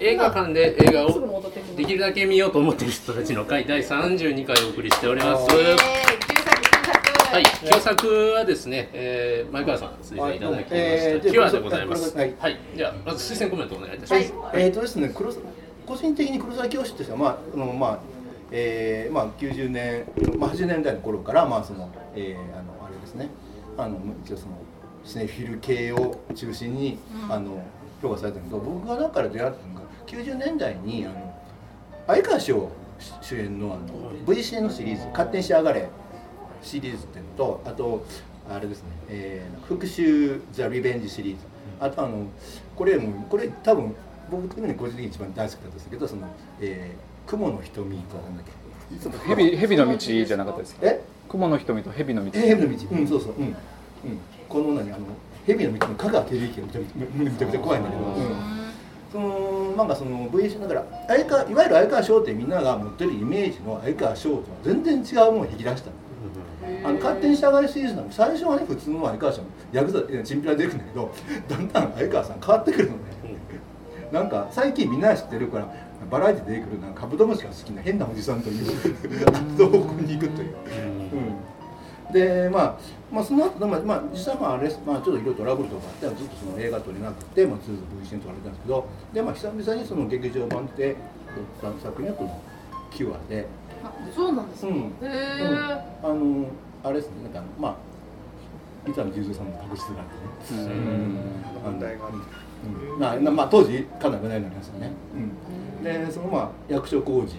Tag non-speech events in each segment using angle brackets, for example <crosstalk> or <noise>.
映画館で映画すぐを戻ってきますできるだけ見ようと思っている人たちの会第32回お送りしております。えー、は旧作旧作い、旧作はですね、えー、前川さん推薦いただきまえしーた。でキュアでございます。ははいい、じゃあまず推薦コメントお願いいたしはまいす。えっ、とですね、黒沢個人的に黒沢清としては、まあ、あの、まあ。えーまあ、90年、まあ、80年代の頃から、まあ、その、えーあの、あれですね。あの、一応、その、シネフィル系を中心に、あの、評価されたんだけど、僕がだから出会ったのが、90年代に、あの。相川翔主演の、あの、V. C. のシリーズ、勝手に仕上がれ。シリーズっていうのとあとあれですね「えー復讐ザ・リベンジ」シリーズあとあのこれもこれ多分僕的に個人的に一番大好きだったんですけどその「えー、雲の瞳」となんだっけ蛇蛇の道じゃなかったですかえ雲の瞳と蛇の道え蛇の道うんそうそううん、うん、この何あの蛇の道の香川照之がめちゃめちゃめちゃめちゃ怖いんだけど、うんそのなんかその VS だから相川いわゆる相川翔ってみんなが持ってるイメージの相川翔とは全然違うものを引き出したのあの勝手に従いシリーズなんで最初はね普通の相川さんヤクザいやチンピラ出てくるんだけどだんだん相川さん変わってくるのね、なんか最近みんな知ってるからバラエティで出てくるなんかカブトムシが好きな変なおじさんというあっと方向に行くという、うん、でまあまあその後まあまあ実際まああれですまあちょっといろいろトラブルとかあってずっとその映画撮れなくてまあずっと V シンとかあれたんですけどでまあ久々にその劇場版で撮った作品はこの「キュアで」あそうなんですうねんへうんーあのあれですねなんかまあ伊丹十三さんの確執なんでね問題があるうんまあなまあ当時かなり話題になりましたね、うん、でそのまあ役所広司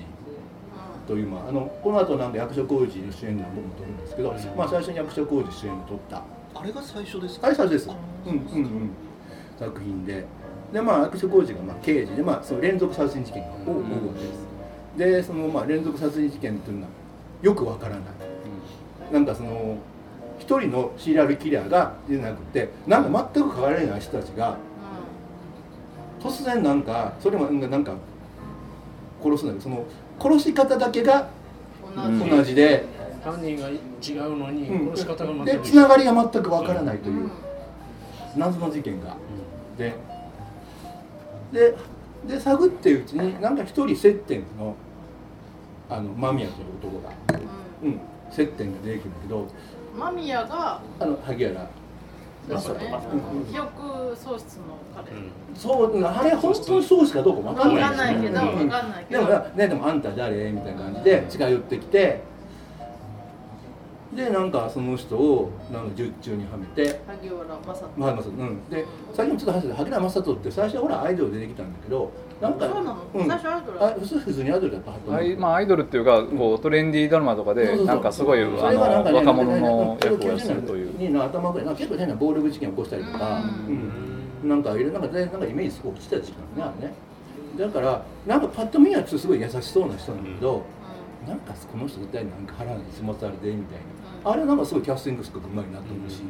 というまああのこの後なんか役所広司主演の僕も撮るんですけど、まあ最初に役所広司主演を撮ったあれが最初ですかはい、最初です。うんうんうん。作品で、でまあ役所広司がまあ刑事でまあその連続殺人事件を追うわけです。でそのまあ連続殺人事件というのはよくわからない。なんかその一人のシリアルキラーがじゃなくて、なんか全く関わりない人たちが突然なんかそれもなんかなんか殺すんだけどその殺し方だけがうん同じ同じで、犯人が違うのにうん殺し方が全でくつ一な緒。がりが全くわからないといううん謎の事件が。ででで探ってるうちになんか一人接点のあの間宮という男が、うん、接点が出てくるんだけど間宮があの萩原そうですねうんうん記憶喪失の彼うんそううんあれ本当にそうしかどうか分かんわなかいんないけどうんわかんないけでどもな、ね、でもあんた誰みたいな感じで近寄ってきてでなんかその人をなんか十中にはめて萩原正人まあまあそううん、で最近もちょっと話してた萩原正人って最初はほらアイドル出てきたんだけどなんかそうなのうん最初アイドルあ普通普通にアイドルだったはずアイまああ、アイドルっていうかこうトレンディードラマとかでなんかすごいあのそれがなんかね若者のなん役かをやってるという90年代の頭ぐらいなんか結構変な暴力事件起こしたりとか、ううんなんかいろいろなんかねなんかイメージすごい落ちてた時間がねあれねだからなんかパッと見はちょっとすごい優しそうな人なんだけど、なんかこの人絶対なんか腹に詰まされてみたいな、あれなんかすごいキャスティングすごくうまいなと思うし、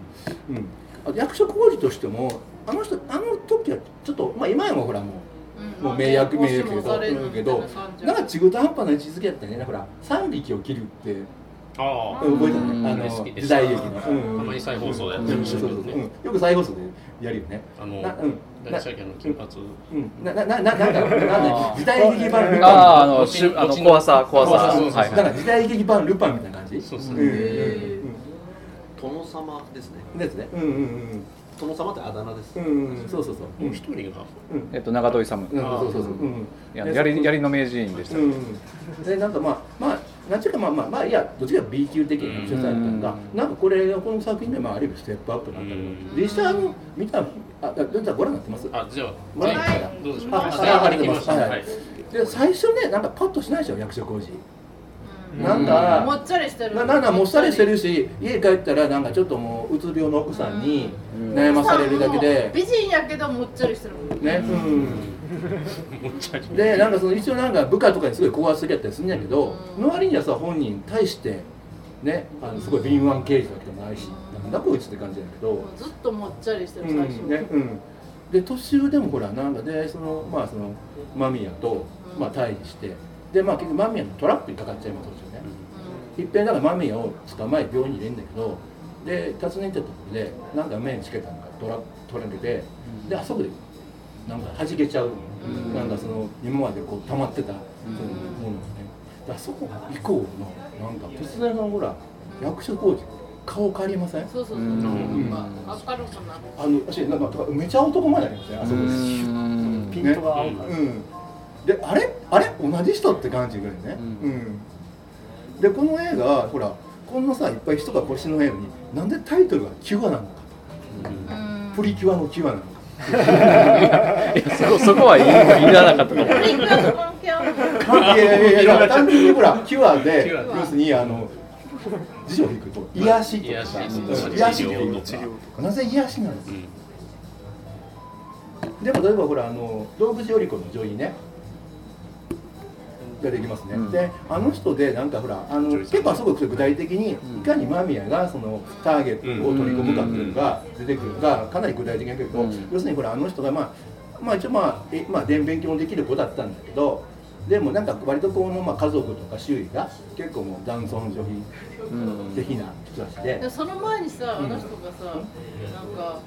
うんあと役所広司としてもあの人あの時はちょっと、まあ、今やもほらもう,、もう名役名役けどうんけどなんか中途半端な位置づけやったよねだから3匹を切るってああ、うん覚えてない、うんあ大好きのです時代劇の、たまに再放送でやってうるんしそうそうそううんね。よく再放送でやるよねあのなうん、大社家の金髪。うん、ななななんかなんか時代劇版ルパンあああのしゅあの怖さ怖さ怖さそうそうそうはいだかはら時代劇版ルパンみたいな感じそうそううんうん殿様ですねうんですねうんうん殿様ってあだ名です、うんうんうんそうそうそううん一人が。うんい、えっと、長門勇うんあーそうそうそううんいや槍槍の名人でした、うんでなんかまあまあなんていうかまあまあまあいやどっちかというと B 級的な役者さんやったんがうんなんかこれこの作品でまあある意味ステップアップなんだうけど実際あの見たああどうぞご覧になってますあ、じゃあ、ご覧になった前らどうでしょうあか。あありがとうございますました。はい。で最初ねなんかパッとしないでしょ役所広司うんなんもかっちゃりしてるななんかもっさりしてるし家帰ったらなんかちょっともううつ病の奥さんにうん悩まされるだけで美人やけどもっちゃりしてるもんねもっちゃりうんでなんかその一応なんか部下とかにすごい高圧するやったりするんやけどうんの割にはさ本人に対してねあのすごい敏腕刑事だけでもないしなんだこいつって感じやけどずっともっちゃりしてるうん最初ねうんで年上でもほらなんかでそのまあその間宮とまあ対峙してでまあ結局間宮のトラップにかかっちゃいますよねいっぺんなんかマミヤを捕まえ病院に入れんだけどで訪ねてたところでなんか目につけたのがドラ取られてであそこでなんか弾けちゃう、うんなんかその今までこう溜まってた、んそのものがねだからそこ以降のなんか突然のほら役所工事顔変わりませんそうそうそう、うんなんか明るくなるあの私なんかだからめちゃ男前になりますねあそこシュッんピピンントトがが合合ううか、かららであれあれ同じ人って感じぐらいね、ううんでこの映画ほらこんなさいっぱい人が腰のないのになんでタイトルが「キュア」なのかプリキュアのキュアなのかいやそ <laughs> こそこは言いらなかったかもプリキュアと関係あるい <laughs> やいやいやいや単純にほらキュアでキュア要するにあの辞書を引くと癒しとかさ癒しうんうん癒しっていう治療かなぜ癒しなのかうんでも例えばほらあの動物より子の女医ねができますね、うんであの人でなんかほらあの女医さん結構あそこ具体的に、うんいかに間宮がそのターゲットを取り込むかっていうのが出てくるのがかなり具体的だけど、うん要するにほらあの人がまあまあ一応まあえまあで勉強もできる子だったんだけどでもなんか割とこのまあ家族とか周囲が結構もう男尊女卑うん的な人たちで、でその前にさあの人がさ、なんか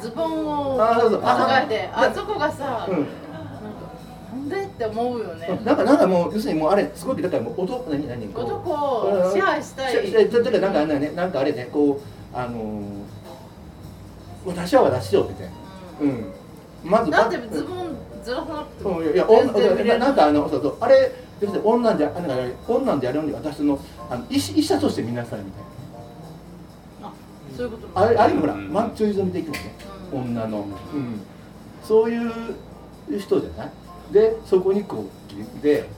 ズボンをあそうそう考えてあそこがさ、うんなんかなんでって思うよね、なんかなんかもう要するにもうあれすごくだからもう男何何こう男を支配したい支配だからなんかあれだよねなんかあれねこうあのー、私は私よみたいな。うん。まずなんでズンボンずらさなくてもうん、いや、全女、然見れなるんか、あの、そうそう、あれ、別に女じゃ、なんか、女でやるのに、私の、あの、医師、医者として見なさいみたいあそういうことな。あれ、あれもほら、うんマッチョイズム的なね、うん女の、うん。そういう人じゃない。で、そこにこう、で、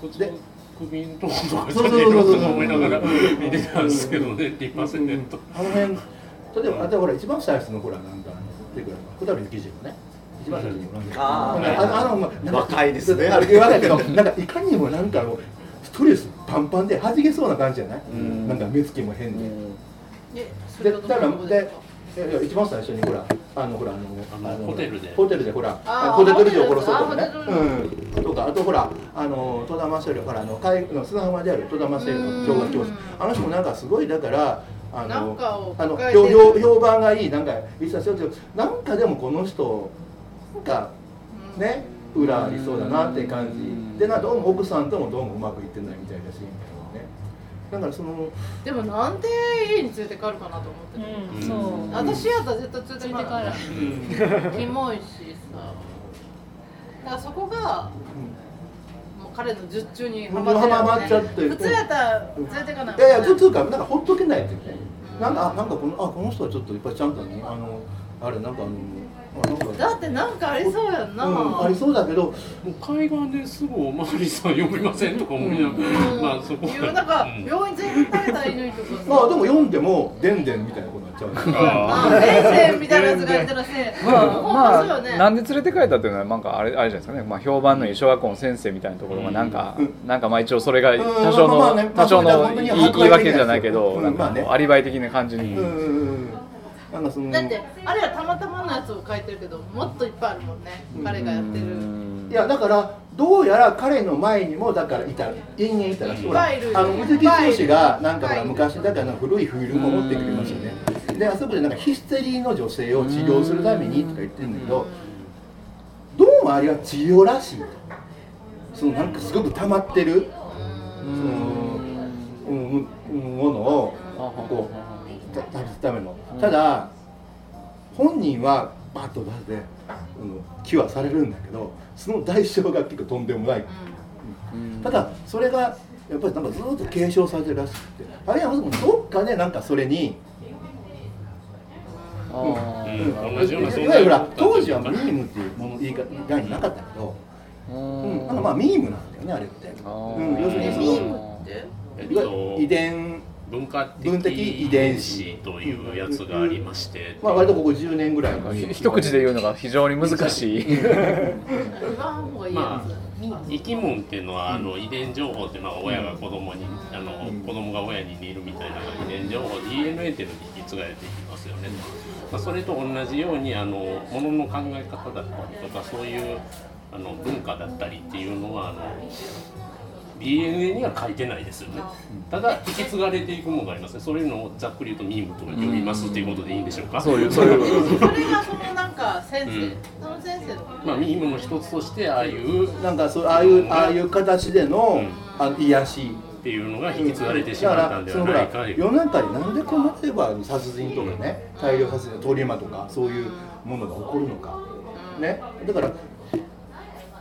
こっちでの首のとことそうかそ出うてそうるそうと思いながら見てたんですけどね、リパセント。あの辺例えば、あでほら一番最初のほらなんだってくらい小樽幸次郎ね一番最初になんかあーあのあのまあなんか若いですねあれ言わないけどなんかいかにもなんかもうストレスパンパンで弾けそうな感じじゃない、んなんか目つきも変で、えそでれだがからどこですでかいやいや一番最初にほらあのほらあのあのホテルでホテルでほらあーポテトルジを殺そうとかねあーホテルうんとかあとほらあの戸田正宏ほらあの海の砂浜である戸田正宏の氷河教師うんあの人もなんかすごいだからあなんかをのあの抱えて評評評判がいいなんか一冊読んでなんかでもこの人なんかうんね裏ありそうだなって感じでなどうも奥さんともどうもうまくいってないみたいだしみたいなねだからそのでもなんで家に連れて帰るかなと思ってるうんそう私やったら絶対連れて帰連れて帰らないらないキモいしさだからそこがもう彼の術中にハマってるよねハマっちゃってる普通やったら連れてかないもんいねやいや、とというか、なんかほっとけないっていうね。なんか、あ、なんかこの、あ、この人はちょっといっぱいちゃんとね、あの、あれ、なんかあの、あなんか。だってなんかありそうやんな、うん、ありそうだけど、もう海岸ですぐおまわりさん呼びませんとか思いながうら、んまあそこいやなんかうん病院全員食べたらいいのにとかまあ、でも読んでも、でんでんみたいなことになっちゃう。ああ先生みたいなやつがいたらせ <laughs> まあまあそうよねまあ、なんで連れて帰ったっていうのはなんかあれあれじゃないですかね、まあ、評判のいい小学校の先生みたいなところがなんか、うんなんかまあ一応それがん多少の、まあまあねまあ多少それは本の当言いにい言い訳じゃないけど、うんなんかまあねアリバイ的な感じに、うん、うん、なんかその。だってあれはたまたまのやつを書いてるけどもっといっぱいあるもんね彼がやってるいやだからどうやら彼の前にもだからいた延々いたらしいほらいっぱいいるあの藤木剛がなんかほいっぱらいいる昔だからなんか古いフィルムを持ってくれますよねであそこでなんかヒステリーの女性を治療するためにとか言ってるんだけどどうもあれは治療らしいとそのなんかすごく溜まってるそのうんうんものをこうたたためのただ本人はバッと出してあの気はされるんだけどその代償が結構とんでもない、うんただそれがやっぱりなんかずっと継承されてるらしくてあるいはどっかでなんかそれに、あーううんん同じような存在いわゆるほら当時はミームっていうもの言い方概念なかったけど、うん、なんかまあミームなんだよねあれって、あうーん、要するにえそミのームってえっいわゆる遺と伝文化的文的遺伝子というやつがありまして、まあ割とここ10年ぐらいのひ一口で言うのが非常に難しい。言わん方がいいやつ、生き物っていうのはあの遺伝情報ってまあ親が子供にあのうん子供が親に似るみたいな遺伝情報 DNA っていうのに引き継がれていきますよね。まあそれと同じようにあのものの考え方だったりとかそういうあの文化だったりっていうのはあの DNA には書いてないですよね。ただ引き継がれていくものがありますね。そういうのをざっくり言うとミームとか読みますっていうことでいいんでしょうか。 <laughs> そういう、そういう。それがそのなんか先生、うんその先生のことまあ、ミームの一つとしてああいうっなんかそうああいうああいう形での、あの癒していうのが引き継がれてしまったんではないだからそのほからいう世の中になんでこんな例えば殺人とかね大量殺人通り魔とかそういうものが起こるのかねだから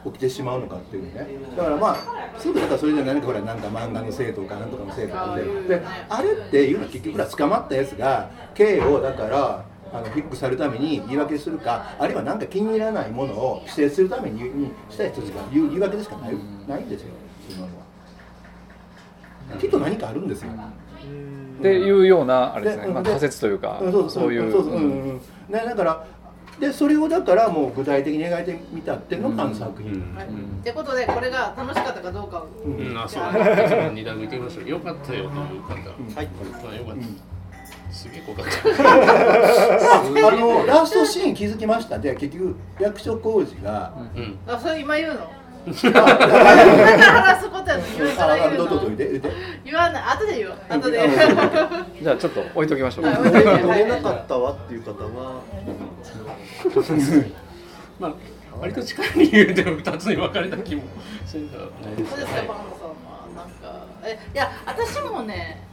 起きてしまうのかっていうねだからまあすぐだからそれじゃ何かほらなんか漫画のせいとかなんとかのせいとかでであれっていうのは結局は捕まったやつが刑をだからあのフィックされるために言い訳するかあるいは何か気に入らないものを規制するためににした人しか言う言い訳でしかないないんですよそんなのはきっと何かあるんですよ。っていうようなあれですね、でまあ、で仮説というかうんそうそうそういうそうそううんうんねだからでそれをだからもう具体的に描いてみたっていうのがあの作う品、<laughs> んはいってことでこれが楽しかったかどうかをうん、あそう2段目行きましょうよかったよという方、はいあよかったすげえ濃かったあのラストシーン気づきましたで結局役所広司が、うんあそれ今言う <laughs> のあ今から話すことやの今からあ言どううぞどうぞ言うのて言うて言わない後で言おう後でうんじゃあちょっと置いときましょう、はい置いときましょ乗れなかったわっていう方はまあ割と近い理由で2つに分かれた気もするからねそうですか、パンダさんは。なんか、え、いや、私もね。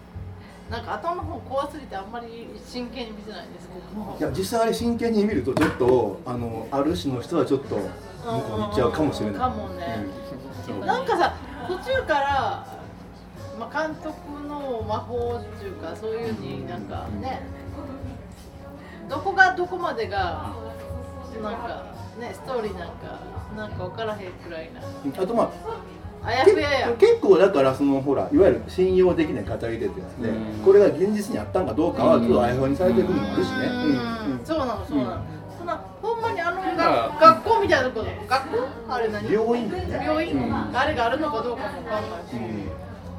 なんか頭の方怖すぎて、あんまり真剣に見てないんですけどもい。や実際あれ真剣に見るとちょっとあのある種の人はちょっと向こう行っちゃうかもしれないかもねうんなんかさ、途中から。まあ、監督の魔法っていうか、そういうになんかね。どこがどこまでが。なんか、ね、ストーリーなんか、なんか分からへんくらいな。うんあとまああやけふやや。結構だからそのほらいわゆる信用できない語り手ってやつでうんこれが現実にあったんかどうかはちょっとあやふやにされてるのもあるしねうんそうなのそうなの、そんなほんまにあのがまあ学校みたいなとこ学校あれ何病院だよね病院、あれがあるのかどうかもわかんないし、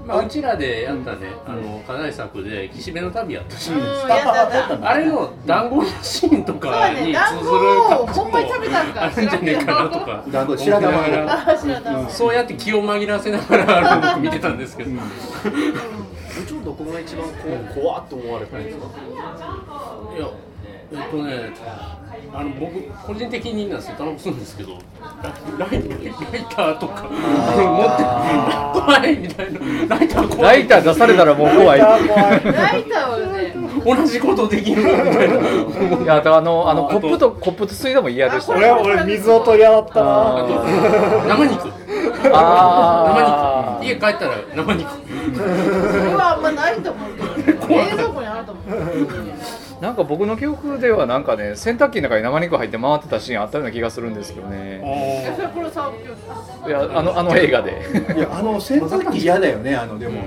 まあ、うちらでやったね、あの課題作で岸辺の旅やったし、うんうんやだやだあれの団子のシーンとかに通ずる感そうね団子をほんまに食べたんか <laughs> あるんじゃねえかなとか団子白玉思いながらあ知らない、うんそうやって気を紛らわせながらあの僕見てたんですけど、もちろんどこが一番こう怖っと思われたんですかいや、えっとね、あの僕、個人的になんですよ、頼むんですけど、ラライライターとか、持って、ライトライみたいな、ライター怖 <laughs> ラいイ、ター出されたらもう怖いライターはね同じことできるみたいな、 <laughs> いやだからあのあのコップとコップと水道も嫌でしたあねこれ俺俺水を取り合ったあなー生肉、あ生肉、ー家帰ったら生肉、それはあんまないと思うけど、冷蔵庫にあると思うなんか僕の記憶ではなんかね洗濯機の中に生肉入って回ってたシーンあったような気がするんですけどねえそれこれさいやあのあの映画でいやあの洗濯機嫌だよねあのでも、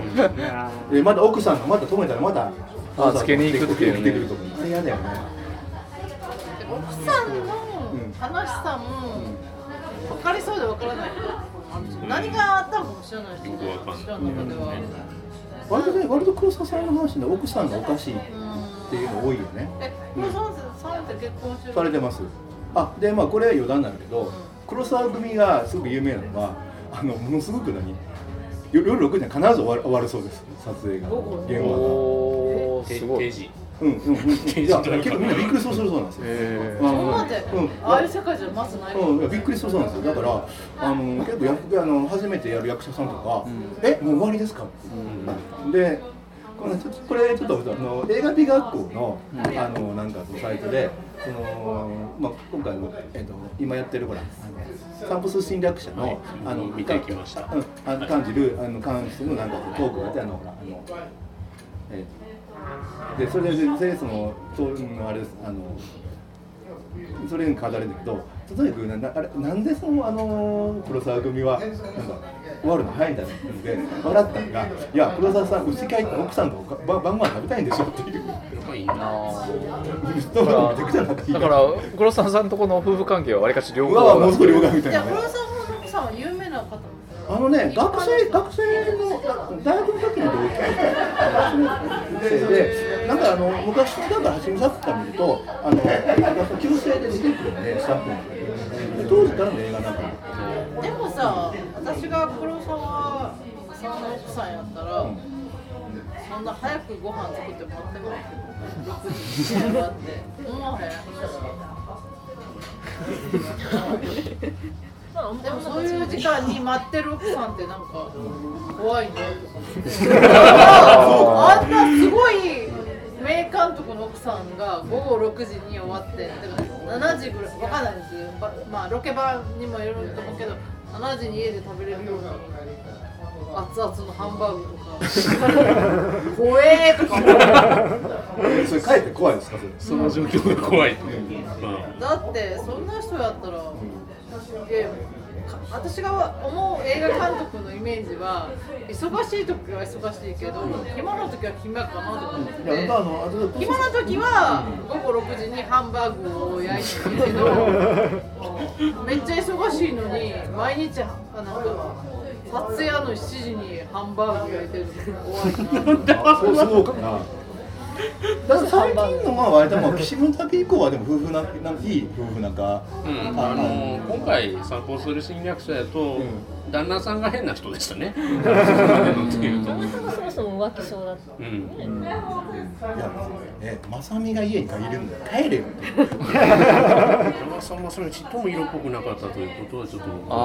でまた奥さんがまた止めたらまたあつけに行くっていうね来てくるとかあれ嫌だよね奥さんの話さも分かりそうで分からない何があったのかも知らないし、ね、僕わかんない知らないのでは、割とね割と黒沢さんの話で奥さんがおかしいっていうの多いよねえ、このさんさんって結婚してるされてますあでまあこれは余談なんだけど黒沢組がすごく有名なのはあのものすごく何夜夜6時には必ず終わる終わるそうです撮影がどこ現場がおおすご定い時、うんうん <laughs> うんいや結構みんなびっくりするそうなんですよえあーそんなのんで、うんああいう世界じゃまずないから、うん、びっくりしたそうなんですよだからあの結構役あの初めてやる役者さんとか「えもう終わりですかでこのちょっとこれちょっとあの映画美学校の,、あのなんかそのサイトでその、まあ、今回の、えっと今やってるほらあのサンプス侵略者の,、はいあの見てきましたうん、あの感じるあの関してのなんかトークがあってあのほらあの、えーでそれででそのそううんあれですあのそれに語るんだけどとにかくななあれなんでその、あのー黒沢組はなんか終わるの早いんだって言って笑ったのが「いや黒沢さんうち帰って奥さんとおかば晩ご飯食べたいんでしょ」っていうやっぱいいな、あ人がめちゃくちゃなってーだから黒沢さんとこの夫婦関係はわりかし良う好わもうすぐ両替みたいいやなね黒沢さんの奥さんは有名な方なんですよあのね学生学生のだ大学の時の同級 <laughs> 生でなんかあの昔のだから橋見作家見るとあの旧姓で出てくるんでスタッフの中でで当時からの映画なんかでもさ私が黒沢さんの奥さんやったら、そんな早くご飯作ってもらってもらって思わへんでもそういう時間に待ってる奥さんってなんか怖いなと思ってあんなすごい名監督の奥さんが午後6時に終わってだから7時ぐらいわかんないですよばまあロケ場にもよると思うけど7時に家で食べれるような熱々のハンバーグとか怖えとか思うそれ帰って怖いですかそれその状況が怖い、まだってそんな人やったら、いやか私が思う映画監督のイメージは忙しい時は忙しいけど暇の時は暇かなとか思っていやまああのあとで暇の時は午後6時にハンバーグを焼いてるけどめっちゃ忙しいのに毎日あなんか撮影あの7時にハンバーグ焼いてるの怖いなと思ってあそうそうかなだから最近のまあ割ともう岸本旅以降はでも夫婦ななんかいい夫婦なんかあうん、あの今回散歩する侵略者やと、旦那さんが変な人でしたね。っていうと旦那さんがそもそも浮気症だったうんいやねまさみが家に帰れるんだよ帰れよ山田さんはそれちっとも色っぽくなかったということはちょっとさっき言あ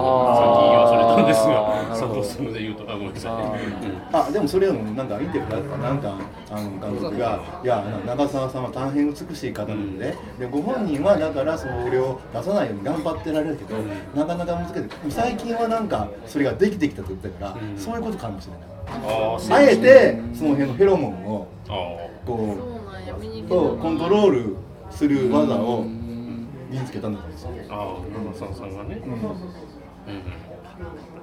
ーわされたんですながる佐ほど藤さんで言うとあごめんなさいね、あでもそれはもうなんかインタビューだったなんかあの監督が「いや長澤さんは大変美しい方なので,、でご本人はだからそれを出さないように頑張ってられるけど、なかなか難しいでも最近はなんかそれができてきたって言ってたから、うんそういうことかもしれない、あああえてその辺のフェロモンをああこそうなんや見に行うけたとなコントロールする技を身につけたんだと思うんですよ、ああ長澤さんがね、うん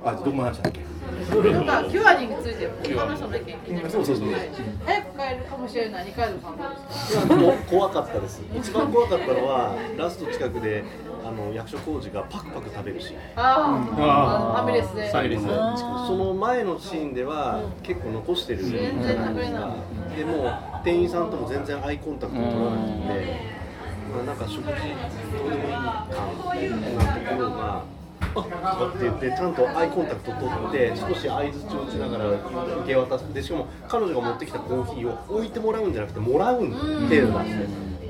あどこの話だっけなんかキュアについて他の人の意見聞いてみましょそうそうそう早く帰るかもしれない二階堂さんどうですかいやでも怖かったです一番怖かったのはラスト近くであの役所広司がパクパク食べるシーンあーあのファミレスでサイレスあーその前のシーンでは結構残してる全然食べないでもう店員さんとも全然アイコンタクト取らなくて、まあ、なんか食事どうでもいい感なところが。あとかって言ってちゃんとアイコンタクト取って少し相づちを打ちながら受け渡してしかも彼女が持ってきたコーヒーを置いてもらうんじゃなくてもらうんっていうのが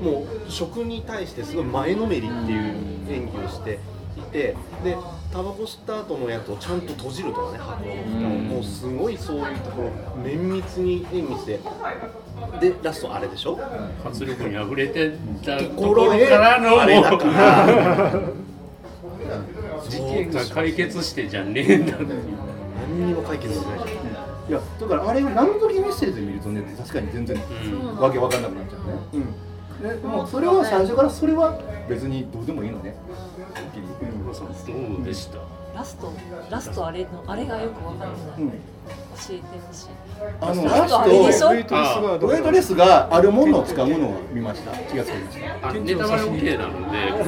もう食に対してすごい前のめりっていう演技をしていてでタバコ吸った後のやつをちゃんと閉じるとかね箱をもうすごいそういうところ綿密に演技してでラストあれでしょ活力にあふれてたととこころろへからのあれだかもらう事件が解決してじゃねえんだっていう何にも解決しないいやだからあれを何通りメッセージで見るとね確かに全然わけわかんなくなっちゃうね、うん、でもうそれは最初からそれは別にどうでもいいのねはっきり山田さんどうでした、ラストラストあれのあれがよくわかんない、うん教えてほしいあのララストあれでスしょトあウェイトレスがあるものを使うのを見ました気がつきましたあネタバレ OK なので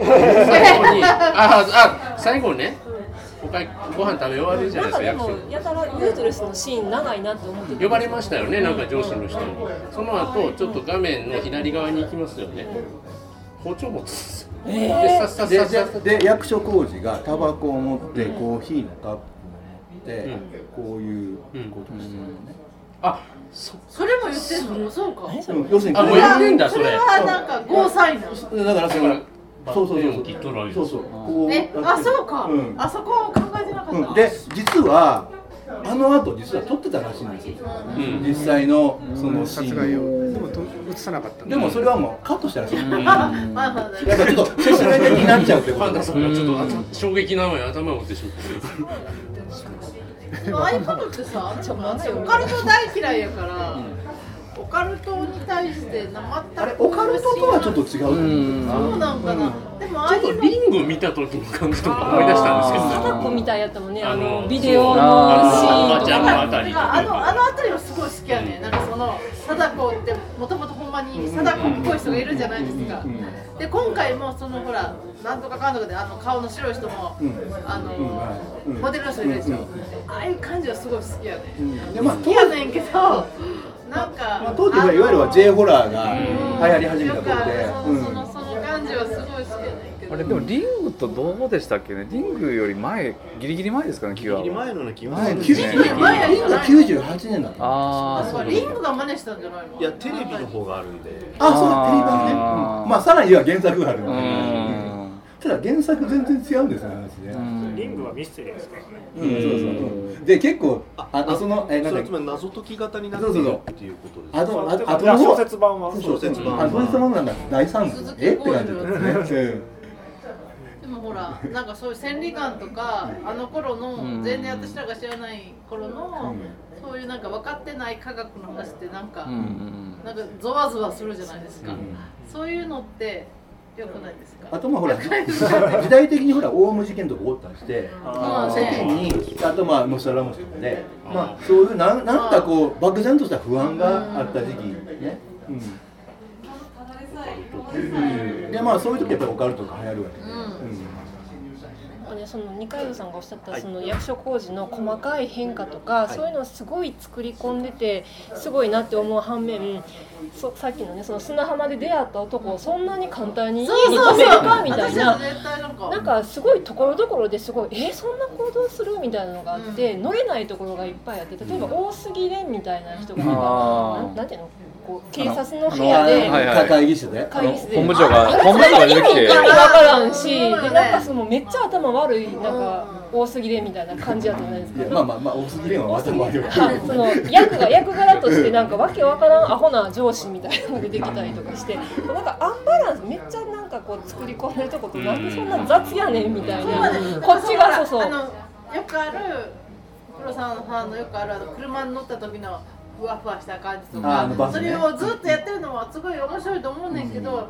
最後にああ最後ねおかえご飯食べ終わるじゃなないんですかかで役所もやたらユートレスのシーン長いなって思って呼ばれまましたよね、なんか上司の人その後ちょっと画面の左側に行きますよね包丁持つんですよでさっさっさでっさっさでで役所広司がタバコを持ってコーヒーのカップを持ってこういうことをしてるのね、あそそれも言ってんのそうかうん要するにあこもうれやってんだそそれれはなんかゴーサインなのだからそのバそうッそうそうそうテンを切っとるわけそでうすそうよこうやってえるあそうか、うんあそこを考えてなかった、うん、で実はあの後実は撮ってたらしいんですよ、ん実際のそのシ殺ー害ンををでもと映さなかったんだでもそれはもうカットしたらしい、なんかあ <laughs> まあまあ大丈ちょっと説明的になっちゃうってこファとンでタすさんがちょっと頭衝撃なのに頭を打ってしまった夫ああいうことってさ私オカルト大嫌いやから、オカルトに対してな全くあれオカルトとはちょっと違うそうなんかな、でもああいちょうっのとリング見た時の感じとか思い出したんですけ貞子みたいやったもんねああののビデオのシあーーンおばとちゃんかのあたりとかあのあのあたりはすごい好きやね、なんかその貞子ってもともとほんまに貞子っぽい人がいるじゃないですか、で今回もそのほらなんとかかんとかであの顔の白い人も、あの、うんモデルの人いるでしょ、ああいう感じはすごい好きやね、けどでまあ好き当,、やねんけど、なんか、まあ、当時はいわゆるは J ホラーがあの流行り始めた頃よで、くあのそのその感じはすごい好きやねんけどあれでもリングとどうでしたっけねリングより前ギリギリ前ですかねキュアギリは前のような気がす前るんです90ね年前リングが98年だったあああそうかリングが真似したんじゃないのいやテレビの方があるんであそうだテレビ版ね、あーうんまあさらには原作があるのうで、んただ原作全然違うんですよ話ね、リングはミステリーですからね。うんそうそううんで結構ああそのえそなんだれはっつけまり謎解き型になっそうていそうるそうっていうことですあね。とあだあかとらの小方説版は。小説版版あ小説版なんだ第三部鈴木えって感じ浩ですね、うんでもほらなんかそういう千里眼とかあの頃うんの全然私らが知らない頃のうそういうなんか分かってない科学の話ってなんか、うんうんなんかゾワゾワするじゃないですか、んそういうのって良くないですかあ <laughs> とまあほ <laughs> ら時代的にほらオウム事件とか起こったりしてまあ世ね間にあとまあノストラダムスとかで、まあ、そういうなんなんかこう漠然とした不安があった時期ね、うん、でまあそういう時やっぱりオカルトが流行るわけで、なんかね、その二階堂さんがおっしゃったその役所工事の細かい変化とか、そういうのをすごい作り込んでてすごいなって思う反面そさっきのねその砂浜で出会った男をそんなに簡単にそう認そうそめうるかみたい私はな。絶対なんかなんかすごいところどころですごいえそんな行動するみたいなのがあって、乗れないところがいっぱいあって例えば大杉蓮みたいな人があーなんなんていうのこう警察の部あ屋のであのはいはいか会議室で。あの会議室で本部長が本部長が出てきて意味わからんし、うんでなんかそのめっちゃ頭悪いなんか多すぎでみたいな感じだったじゃないですいか。やまあまあまあ大杉蓮は私もあるよ。その役が役柄としてなんかわけわからんアホな上司みたいなのが出てきたりとかしてなんかアンバランスめっちゃなんかこう作り込んでるとことなんでそんな雑やねんみたいなこっちがそうそうあのよくある黒沢さんのよくあるあの車に乗った時のふわふわした感じとああか、のバスそねれをずっとやってるのはすごい面白いと思うねんけど、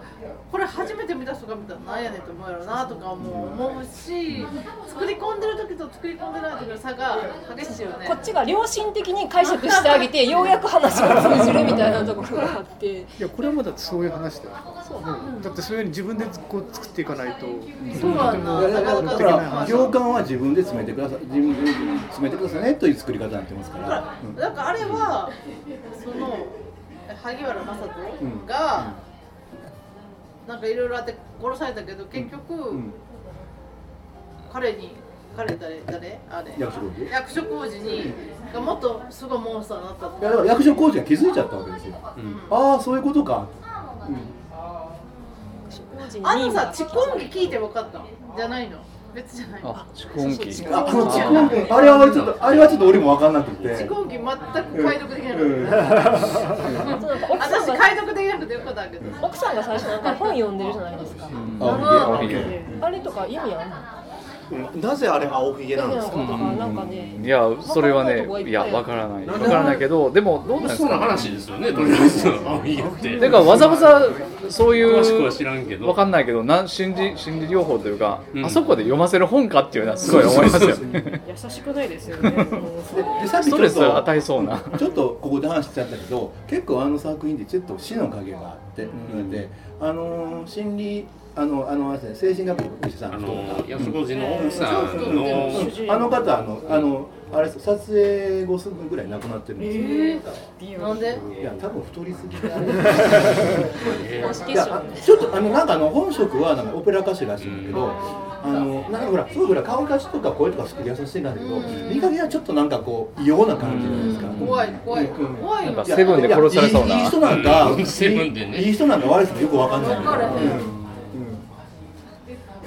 これ初めて見た人が見たらなんやねんと思うやろなとかも思うし作り込んでる時と作り込んでない時の差が激しいよねこっちが良心的に解釈してあげてようやく話 <laughs> が通じるみたいなところがあっていやこれはまだそういう話だよ、うんだってそういうふうに自分でこう作っていかないと、そうやんなだなかからだなかからだ行間は自分で詰めてください自分で詰めてくださいねという作り方になってますからか。らなんかあれはその萩原雅人が、なんかいろいろあって殺されたけど結局、うん彼に彼誰誰あれ役所工事役所工事にがもっとすごいモンスターになったといやだから役所工事が気づいちゃったわけですよ。ああそういうことか。あのさ蓄音機聞いて分かったのじゃないの別じゃないのあ蓄音機ああの蓄音機あれはちょっとあれはちょっと俺も分かんなくて。蓄音機全く解読できなうんかったそうなんか奥さん私が解読できなくてよかったけど奥さんが最初なんか本読んでるじゃないですかあ青ひげあれとか意味あんのうんなぜあれ青ひげなんですか。とかなんかねいやそれはねいやわからないわからないけどでもどうなんですそうなか話ですよね、とりあえず、青ひげって。てかわざわざそうい詳しくは知うらんけど。わかんないけどなん心理心理療法というか、うんあそこで読ませる本かっていうのはすごい思いますよね優しくないですよね。ででさっきちストょレっスを与とえそうなちょっとここで話しちゃったけど結構あの作品でちょっと死の影があって、であのー心理あのあのあれですね精神学の医師さんあの人がの、安子寺の奥さんの。うんあの方あのあのあれ撮影後すぐぐらい亡くなってるんですよ。なんでいや多分太りすぎだ <laughs> いやああちょっとあのなんかあの本職はなんかオペラ歌手らしいんだけど、あのなんかほらすごいほら顔立ちとか声とかすごい優しいんだけど、見かけはちょっとなんかこう異様な感じじゃないですか。怖い怖いうん怖いなんよかセブンで殺されそうないやいいいい人なんか、うんセブンでねいい人なんか悪い人もよくわかんないけど。わからへんうんうん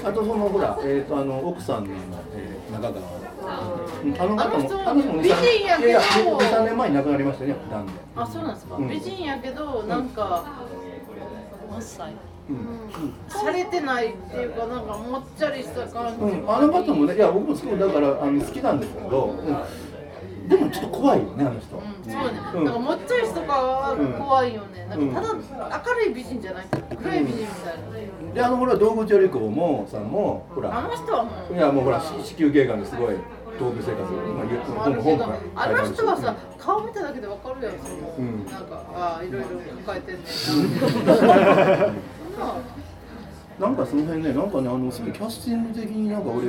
あとそのほら、えー、とあの奥さんの、えー中川うんあの方もあの人美人やけどいやいや2、3年前に亡くなりましたね、なんで。あそうなんですかうん美人やけどなんかうん洒落てないっていうかなんかもっちゃりした感じうん、あの方もね、いや、僕もすごい、だから、あの、好きなんですけど。うんでも、ちょっと怖いよね、あの人。うんそうね、うんなんかもっちゃりしとかは怖いよね、うんなんかただ明るい美人じゃない暗い美人みたいな、で、あの、ほら、動物より子も、さんも、ほあら。の人はもういや、もう、ほら、子宮頸がんですごい、動物生活、まあ、言う、あ本るも、け本ども。あの人はさ顔見ただけでわかるやんその、うんなんかああいろいろ抱えてんねん <laughs> ななんかその辺ね、なんかね、あの、すごいキャスティング的になんか俺、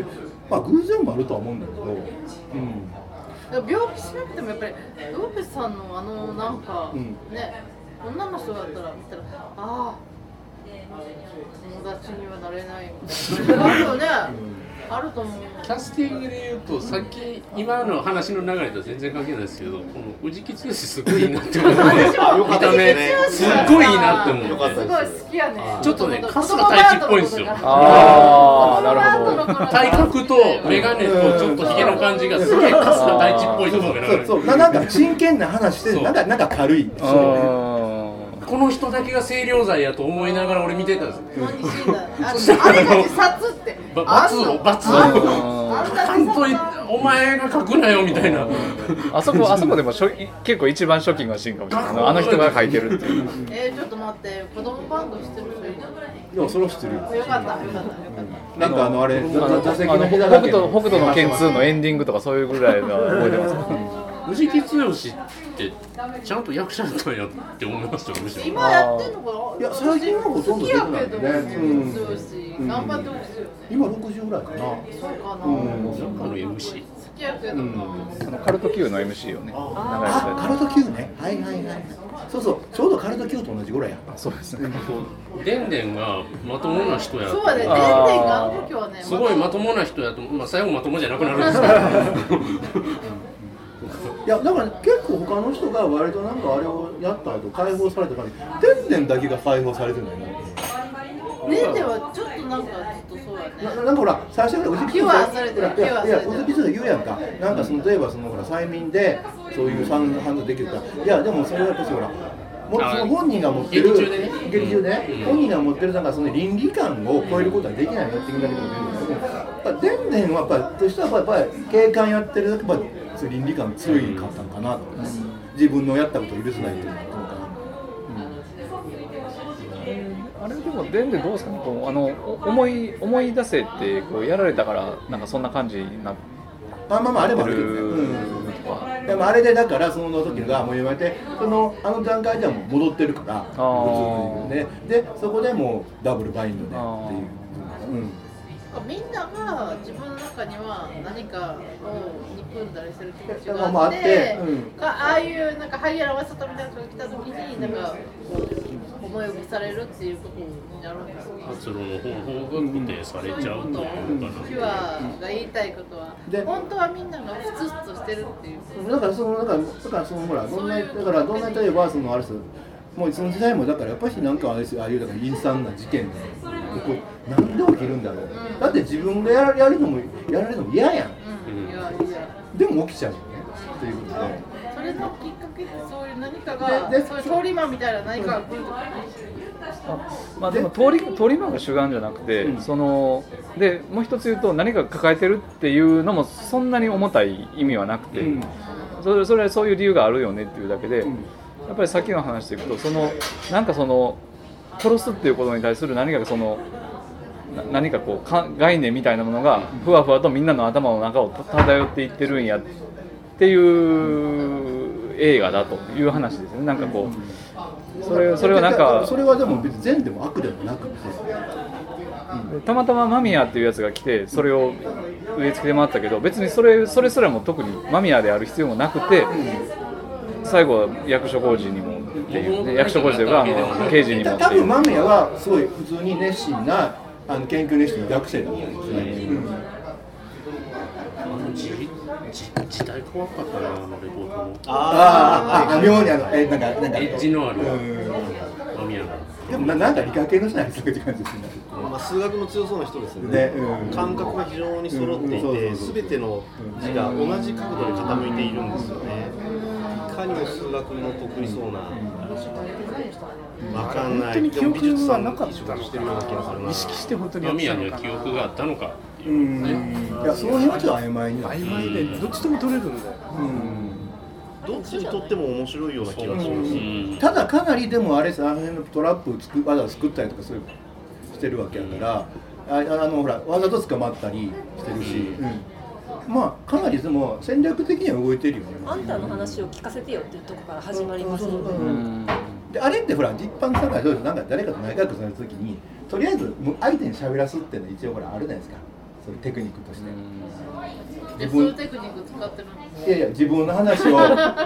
まあ、偶然もあるとは思うんだけど、うん。だから病気しなくてもやっぱりウーペさんのあのなんか、うんね女の人だったら見たらああ友達にはなれないみたいなあるよね、あると思うキャスティングで言うと、さっ <laughs> き、今の話の流れと全然関係ないですけど、この宇治吉剛すごいいいなって思って、私も見た藤木目剛さ、んすっごいいいなって思よかっったてで。すごい好きやねちょっとね春日太一っぽいんですよあーなるほど体格と眼鏡とちょっとひげの感じがすげえ春日大地っぽいと思いながそうらそうななんか真剣な話でそうなんかなんか軽いあーこの人だけが清涼剤やと思いながら俺見てたんですよ何しんだああれたち札ってばあん罰のを罰をあんのああんた関東いお前が書くなよみたいな <laughs> あそこあそこでも初結構一番ショッキングなシーンかもしれないあのあの人が書いてるっていうえー、ちょっと待って子供バンドしてる人いるいやその人いるよよかったよかったよかったなんかあのあれあ座の座席あののヘ北ラだけ斗の北斗の剣2のエンディングとかそういうぐらいの覚えてます藤木剛ってちゃんと役者だったんやって思いましたよむしろ今やってんのかないや最近はほとんど出てないよね好きやけどうん強いし頑張ってほしいよね今60ぐらいかなそうかな、うん好なんかの MC きやけどな、あのカルト Q の MC をね流してあカルト Q ねはいはいはいそうそうちょうどカルト Q と同じぐらいやそうですねでんでんがまともな人やそうやね、全然あー頑固はねすごいまともな人やと、まあ、最後まともじゃなくなるんですけど <laughs> いやだから結構他の人が割となんかあれをやった後解放された感じ天然だけが解放されてないねねんではちょっとなんかちょっとそうやなねなんかほら最初からウズビピュアされてるいやピュいやアされてるウズビスで言うやんかなんかその例えばそのほら催眠でそういうサウンドハンドできるとかいやでもそれはやっぱしほらもうあその本人が持ってる劇中でね劇中でねうん本人が持ってるなんかその倫理観を超えることはできないよっていうだけでも出るんだけどやっぱでんでんはやっぱとしてはやっぱやっぱり警官やってるだけやっぱそういう倫理観強いかったのかなと思います自分のやったことを許せないっていうのがあったのかなあれでもでんでどうですかねこうあのお思い思い出せってこうやられたからなんかそんな感じになっまあまあまああれもあてるけどね、るうんとかでもあれでだからその時がもう言われてそのあの段階ではもう戻ってるからー普通にねでそこでもうダブルバインドでっていあーう、うん、みんなが自分の中には何かを憎んだりする気持ちがまあまあああっっててうんかああいうなんかハイエラワサタみたいな人が来た時になんかこう思い起こされるっていうことになるんですよ活路の方法が固定さそうれいちゃうこうというとのをピュかなアが言いたいことはで本当はみんながふつふつとしてるっていうだからそのだからだからそのほらどんなだからどんな例えばそのあれですもうその時代もだからやっぱりなんかあれですよああいうだから陰惨な事件でこうなんで起きるんだろう、だって自分がやらやるのもやられるのも嫌やんうんいやいやでも起きちゃうよねということで。それのきっかけってそういう何かがででそういう通り魔みたいな何かが来るとかまあ、でも通り通り魔が主眼じゃなくて、そのでもう一つ言うと何か抱えてるっていうのもそんなに重たい意味はなくて、うんそれそれはそういう理由があるよねっていうだけで、んやっぱりさっきの話でいくとそのなんかその殺すっていうことに対する何かそのな何かこうか概念みたいなものがふわふわとみんなの頭の中を漂っていってるんやっていう映画だという話ですねなんかこうそれそれはなんかそれはでも別に善でも悪でもなくてたまたま間宮っていうやつが来てそれを植え付けてもらったけど別にそれそれすらも特に間宮である必要もなくて最後は役所工事にもっていうね役所工事というかあの刑事にもたって多い分うマミヤはすごい普通に熱心なあの研究熱心な学生だと思うんですね、うんあの時時代怖かったなあのレポートもあーあ妙にあのえなんかなんかエッジのあるうん間宮がでもななんか理科系の人なんですかって感じですねまあ、数学も強そうな人ですよねねうん感覚が非常に揃っていうんそうてそうそう全ての字が同じ角度で傾いているんですよねいかにも数学の得意そうなわかんな本い当にで記も憶美術さはんなのか移っ植たのしてるような気がすかるなな意識して本当にやっ間てた宮にのかは記な憶があったのかっていうう、んいやその辺はちょっと曖昧にな曖昧でどっちとも取れるんだようんどっちにとっても面白いような気がしますうんただかなりでもあれさあの辺のトラップを作わざわざ作ったりとかそういうしてるわけやから、ああのほらわざと捕まったりしてるし、うんまあかなりでも戦略的には動いてるよねあんたの話を聞かせてよっていうとこから始まりますよね。うんうんであれってほら一般社会どうですなんか誰かと仲良くされるときにとりあえずもう相手に喋らすっていうのは一応ほらあるじゃないですかそういうテクニックとして、でそういうテクニック使ってるんですいやいや自分の <laughs> 話を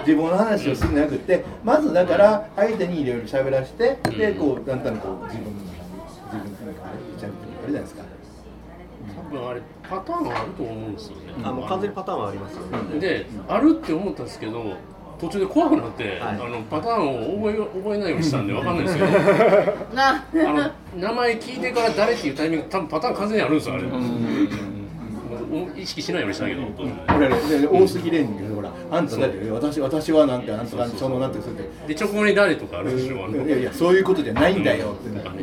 自分の話をするんじゃなくてまずだから相手にいろいろ喋らせてでこうだんだんこう自分の自分のなんかあれ言っちゃうっていうのがあるじゃないですか多分あれパターンはあると思うんですよね、あもう完全にパターンはありますよね、で、あるって思ったんですけど途中で怖くなって、はいあのパターンを覚え覚えないようにしたんでわかんないですけどなあの名前聞いてから誰っていうタイミング多分パターン完全にあるんですよあれ、もう意識しないようにしたけど、俺らね大杉レーニングでほらあんただって私私はなんてあんたなんてそのなんてそれでで直後に誰とかあるでしょあのいやいやそういうことじゃないんだよってなんかね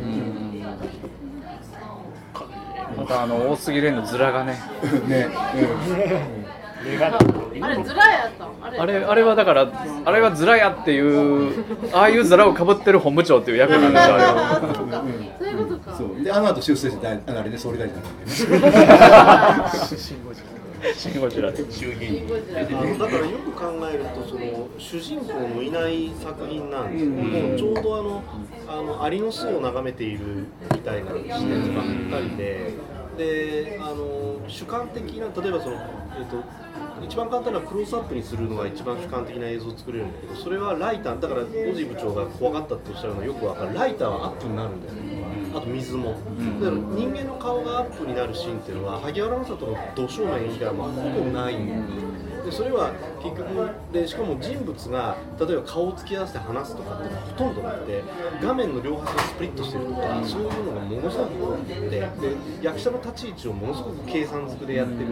かねまたあの大杉蓮のズラがねね、あれずらやったんあれあれあれはだからあれはズラやっていうああいうズラをかぶってる本部長っていう役なんですよあれはあそうかそういうことかそうであの後修正してああれで総理大臣になったんでシン・ゴジラで衆議院ゴジラあのだからよく考えるとその主人公のいない作品なんですよ、もうちょうどあのあのアリの巣を眺めているみたいな視点がばったりで、であの主観的な例えばその、えっと一番簡単なクローズアップにするのが一番主観的な映像を作れるんだけどそれはライターだからオジ部長が怖かったっておっしゃるのはよくわかるライターはアップになるんだよねあと水も、だから人間の顔がアップになるシーンっていうのは萩原正人の土正面以外はまあほぼないんだよねでそれは結局でしかも人物が例えば顔を突き合わせて話すとかっていうのはほとんどなくて画面の両端をスプリットしてるとかそういうのがものすごく多くてで役者の立ち位置をものすごく計算づくでやってる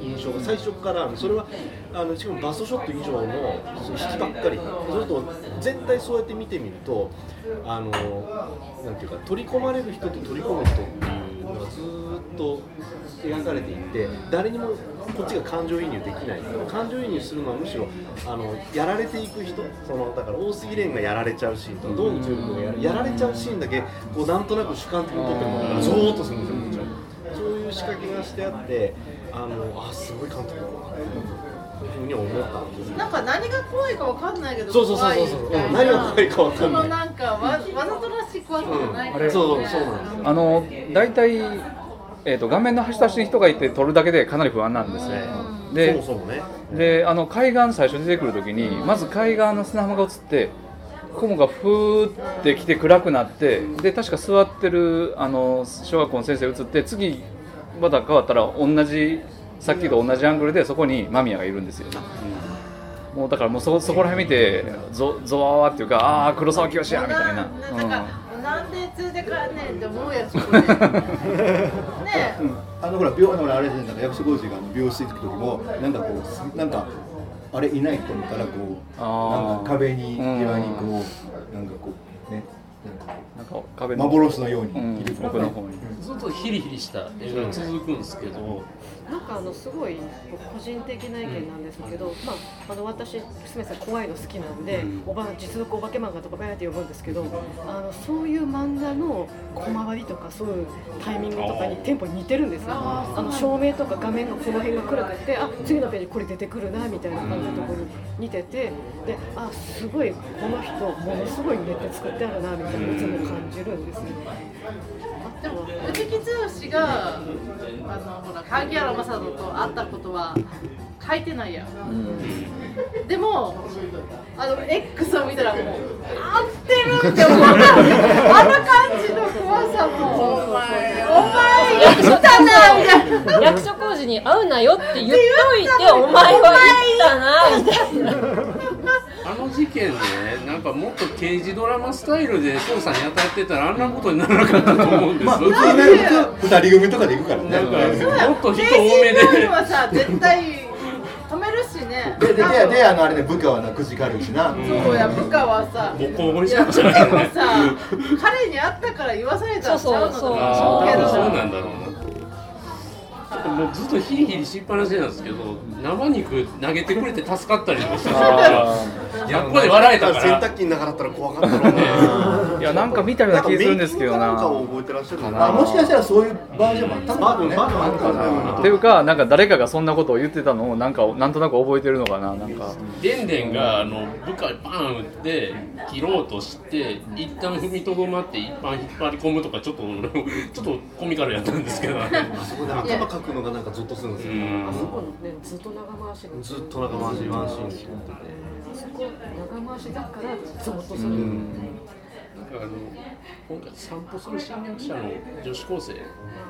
印象が最初からあるそれはあのしかもバストショット以上のその引きばっかりそうすると絶対そうやって見てみるとあのなんていうか取り込まれる人と取り込む人っていうのがずーっと描かれていて誰にもこっちが感情移入できない感情移入するのはむしろあのやられていく人そのだから大杉蓮がやられちゃうシーンとか堂口君がやらやられちゃうシーンだけこうなんとなく主観的に撮ってもらうゾーッとするんですよこっちはそういう仕掛けがしてあってあのあすごい監督だなっていうふうに思ったんですよなんか何が怖いかわかんないけどそうそうそ怖うそういそうみたいな何が怖いかわかんないそのなんかわわざとらしい怖さじゃないうんあれそうそうなんですよあの大体、えー、と画面の端と端に人がいて撮るだけでかなり不安なんですねそでもそもねであの海岸最初出てくる時にまず海岸の砂浜が映って雲がふーってきて暗くなってで確か座ってるあの小学校の先生映って次また変わったら同じさっきと同じアングルでそこに間宮がいるんですよ、もうだからもうそそこら辺見てゾゾワワっていうかああー黒沢清やみたいな、なんかうなんで連れてかんねんって思うやつこれねえあのほら病あのほらあれでなんか役所工事があの病室行く時もなんかこうなんかあれいないと思ったらこうあーなんか壁にうん際にこうなんかこうねなんかこん、なんか壁うの幻のよううんにいる奥の方にずっとヒリヒリした映画が続くんですけど、なんかあのすごい個人的な意見なんですけど、まあ、あの私、すみません、怖いの好きなんで、おば実力お化け漫画とかばやって読むんですけど、あのそういう漫画の小回りとか、そういうタイミングとかにテンポに似てるんですよ、あの照明とか画面のこの辺が暗くて、あ次のページ、これ出てくるなみたいな感じのところに似てて、であすごい、この人、ものすごい練って作ってあるなみたいな、いつも感じるんですね。でも藤木剛があのほら萩原正人と会ったことは書いてないやん、でもあの X を見たらもう合ってるって思うあの感じの怖さもお前お前生きたなみたいな役所工事に会うなよって言っといてお前は言ったなみたいなあの事件ね、なんかもっと刑事ドラマスタイルで捜査に当たってたら、あんなことにならなかったと思うんですまあ普よ。通ね普通二人組とかで行くからなんね。か、もっと人レ多めイジーボーイで。はさ絶対止めるしねでででであのあれね部下はなくじかるしな。そうや部下はさボッコボコにいしやましでたもからね。さ彼に会ったから言わされたんちゃうのとあ思うけあ、どそうなんだろうな。ちょっともうずっとヒリヒリしっぱなしなんですけど、生肉投げてくれて助かったりとかしたから、あやっぱり笑えたか洗ら。濯機の中だったら怖かったろうねーいやなんか見たような気するんですけどなんなかメイキングかなんかを覚えてらっしゃるのかま <laughs> あもしかしたらそういうバージョンもあったかもね。バージョンあるかなっていうかなんか誰かがそんなことを言ってたのをなんかなんとなく覚えてるのかななんかでんでんがあの部下にパン打って切ろうとして一旦踏みとどまって一般引っ張り込むとかちょっと <laughs> ちょっとコミカルやったんですけどそこで頭かくのがなんかゾッとするんですよあそこのね、ずっと長回しずっと長回しワンシーンで撮っててそこ長回しだからゾッとする、あの今回散歩する侵略者の女子高生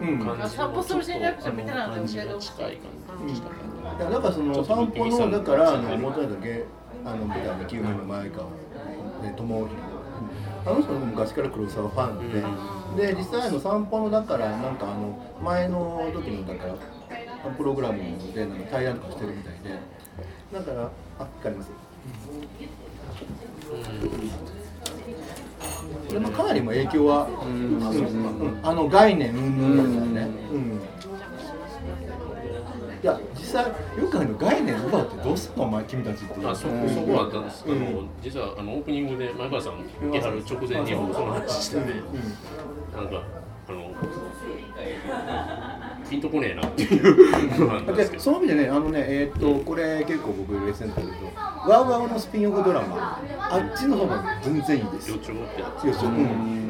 うんの感じ散歩する侵略者見てたないの感じが教えてほしい近い感じでしたかねいやだからその散歩のだからあの元々だけあの舞台の清めの前川ね友彦あの人も昔から黒沢ファンで、で実際あの散歩のだからなんかあの前の時のだからプログラムでなんか対談とかしてるみたいでだからあわかります。これもかなりも影響は、うんうんあの概念うんぬんだよね。うんいや実際よくあの概念奪うってどうすんのお前君たちってあそこそこはあったんですけど、実はあのオープニングで前原さん来てはる直前に僕その話してて、なんかあのピンとこねえなっていうのなんですでけどその意味でねあのねえーっとこれ結構僕 s ンとるとワウワウのスピンオフドラマあっちの方が全然いいです予よ兆ってあっそううん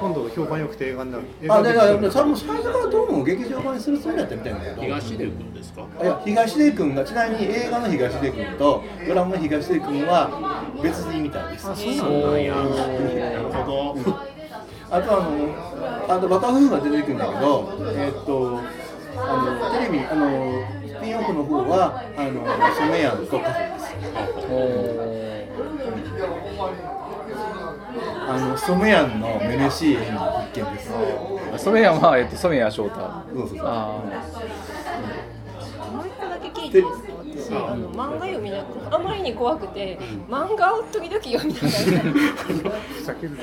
今度評判良くて映画になる映画あになだるからそれも最初からどうも劇場版にするつもりだったみたいなんだけど東出君ですかあいや東出君がちなみに映画の東出君とドラマの東出君は別人みたいですそうやなるほどあとあの、あと若夫婦が出てくるんだけど、えーっと、あのテレビ、あのスピンオフの方は、あのソメイヤンとカフェです。あのソメイヤンのめめしい演技必見です。ソメヤンは、えっと、ソメヤ翔太。そうそうそうあもう一個だけ聞いていいですか私あの漫画読みなあまりに怖くて漫画を時々読みなが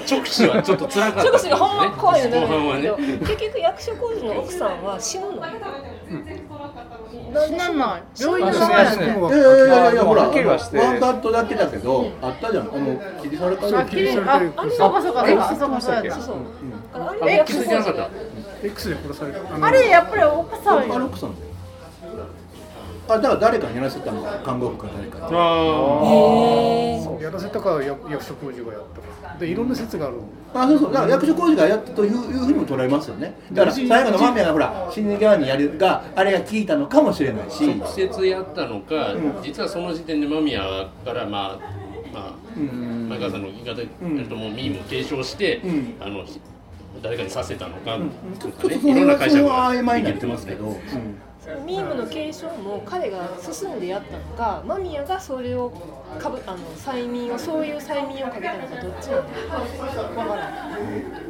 直視はちょっと辛らかった直視がほんま怖いの後半はになねるんですけど結局役所広司の奥さんは死ぬの死なんない病院あのそうままですやねねいやいやいやいや、ほら、あはっきりのワはしてンカットだけだけど、あったじゃん、あの切りされたあの。きれいああそうかそうかそうかそうかそうやそうだからあれはあれ役気所づい広てなか司った X で殺されるあのあれやっぱり奥さんあれよ奥さんだよあ、だから誰かにやらせたの、看護婦か誰かに。あそうやらせたか役役所広司がやったかでいろんな説があるあそうそうだから役所工事がやったといういうふうにも捉えますよねだから最後の間宮がほら死ぬ側にやるがあれが効いたのかもしれないし直接やったのか、実はその時点で間宮からまあまあ前川さんの言い方やるともうミームを継承して、んあの誰かにさせたのか、とちょかっとねそいろんのな解辺釈はが曖昧になでっきてますけど、うんミームの継承も彼が進んでやったのか間宮がそれをかぶあの催眠をそういう催眠をかけたのかどっちなのかわからない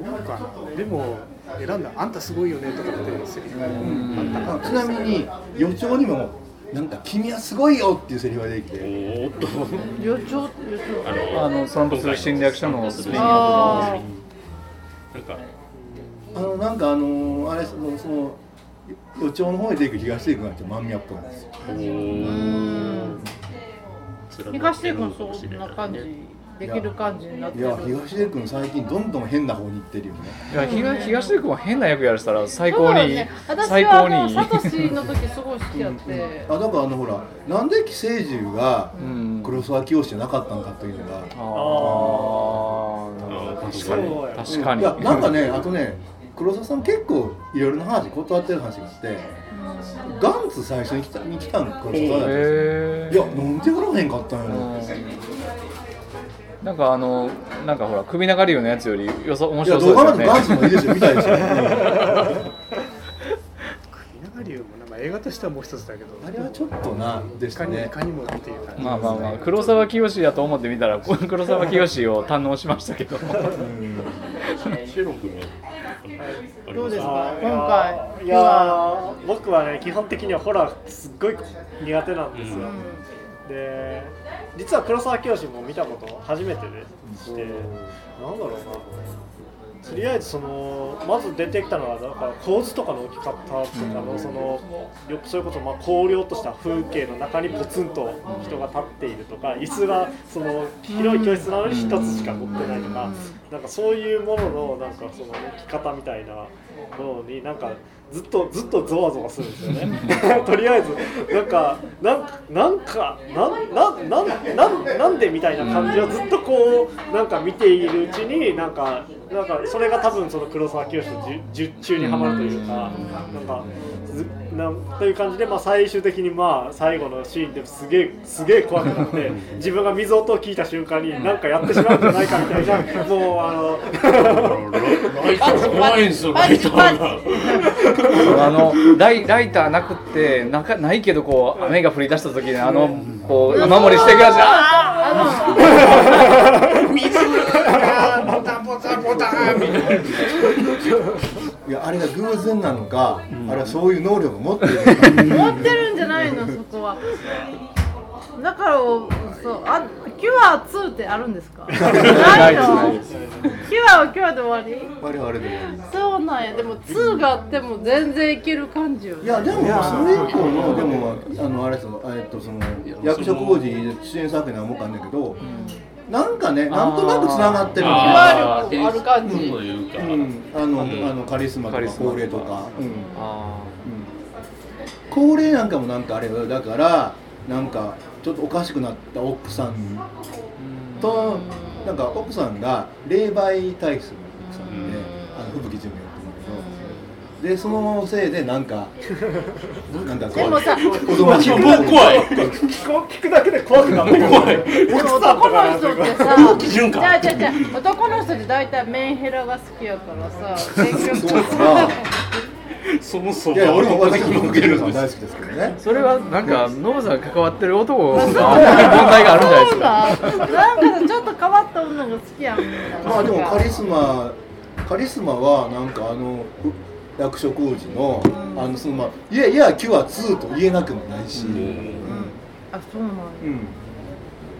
なんかでも選んだあんたすごいよねとかってセリフがあちなみに予兆にも「なんか君はすごいよ」っていうセリフができておー <laughs> っと予兆予兆ああの散歩する侵略者のスピンオフあなんかあのなんかあのーあれそのその予兆の方へ出てくる東出君がちょっと間宮っぽいんですよおーあ辛かっ東た出の君かもしそれんないな感じできる感じになっているや東出君最近どんどん変な方に行ってるよねーいや東東出君は変な役やらせたら最そう高だよにいいね、私最はあ高のにいいサトシの時すごい好きやってあだからあのほらなんで寄生獣がうん黒沢清じゃなかったのかというのが、あーなるほあー確かにど確かにいやなんかねあとね黒沢さん結構いろいろな話断ってる話があって、ガンツ最初に来たに来たの黒沢さんだったんですへよいやーなんで来らへんかったんやろ <laughs> うんなんかあのなんかほら首長理由のやつよりよそ面いや白そう動です画なんよねてガンツの方がいいですよみたいですよ、ね、稲流もなんか映画としてはもう一つだけどあれはちょっとなでいしかたにいねかにもっていう感じ <laughs> まあまあまあ黒沢清やと思ってみたらこの黒沢清を堪能しましたけどシェロ君はありますかあー今回いやー僕はね基本的にはホラーすっごい苦手なんですよ、で実は黒沢清も見たこと初めてでして、なんだろうなとりあえずそのまず出てきたのはなんか構図とかの大きかったとかの、そのよくそれこそまあ荒涼とした風景の中にポツンと人が立っているとか椅子がその広い教室なのに一つしか持ってないとか、なんかそういうもののなんかその生き方みたいなものになんかずっとずっとゾワゾワするんですよね。 <laughs> とりあえずなんかなんかなんかなんなんなんなんなんでみたいな感じをずっとこうなんか見ているうちになんかなんかそれが多分その黒沢清の術中にはまるというか、なんかずなんという感じで、まあ、最終的にまあ最後のシーンですげえすげえ怖くなって自分が水音を聞いた瞬間に何かやってしまうんじゃないかみたいなもうあのライター怖いんですよライターが <laughs> あのライライターなくってなかないけどこう雨が降り出した時にあのこう雨漏りしていくやつあ <laughs> 水がボタンボタンボタンみたいないやあれが偶然なのか、あれはそういう能力を持っているのか持ってるんじゃないのそこはだからそうあキュア2ってあるんですかないのキュアはキュアで終わり我々でも。そうなんやでも2があっても全然いける感じよいやでもそれ以降のでもあのあれですよえっとその役所工事出演作品はもかんだけど、なんかねなんとなくつながってるんですよあある感じというか、うん、あの、あのカリスマとカリかスマ高齢とか、うん、あ高齢なんかもなんかあれよだからなんかちょっとおかしくなった奥さんとなんか奥さんが霊媒体質の奥さんであの吹雪純也って言うんだけどでそのせいでなんかなんかこでもさう子供にもう怖 <laughs> い聞くだけで怖くなってくる怖い男の人ってさ、じ潤かゃあじゃあじゃあ男の人って大体メンヘラが好きやからさ、結局そうか <laughs> そもそもいや俺も私も受受けけるるんのです大好きですけどねー <laughs> それはなんかノブさんが関わってる男が問題があるんじゃないですかそうなんなんかちょっと変わった女が好きやんみたいなまあでもカリスマカリスマはなんかあのう役所工事のあのそのまあいやいやキュア2と言えなくもないし、あそうなんやうん、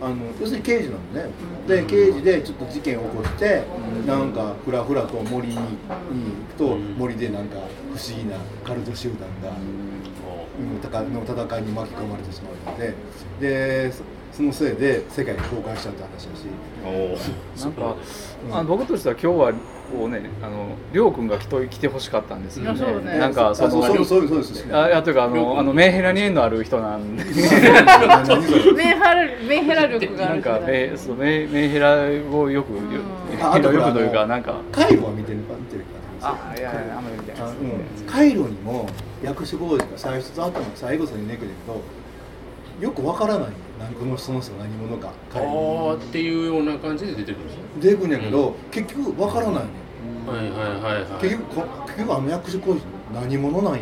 あの要するに刑事なのね、で刑事でちょっと事件を起こして、なんかふらふらと森に、行くと森でなんか不思議なカルト集団が、うん、たかの戦いに巻き込まれてしまうのででそそのせいで世界が崩壊しちゃった話だしおなんかあの僕としては今日はこうねあのりょうくんが来と来てほしかったんですよいやそうねねなんかあそそうのそうそうそうですねあいやというかあのあのメンヘラに縁のある人なんで何それメンヘラメンヘラ力があなるんかからメそうメメンヘラをよくよああとほよらくというあかのなんかカイロは見てる見てるかあいやいやあんまりみたいら、なうん、カイロにも薬師坊司が最初と後の最後さに出てくるけどよくわからないよなんかこの人の人何者かあカイローっていうような感じで出てくるんですよ出てくるんやけど、結局わからないねはいはいはいはい結局こ結局あの薬師工事何者なんや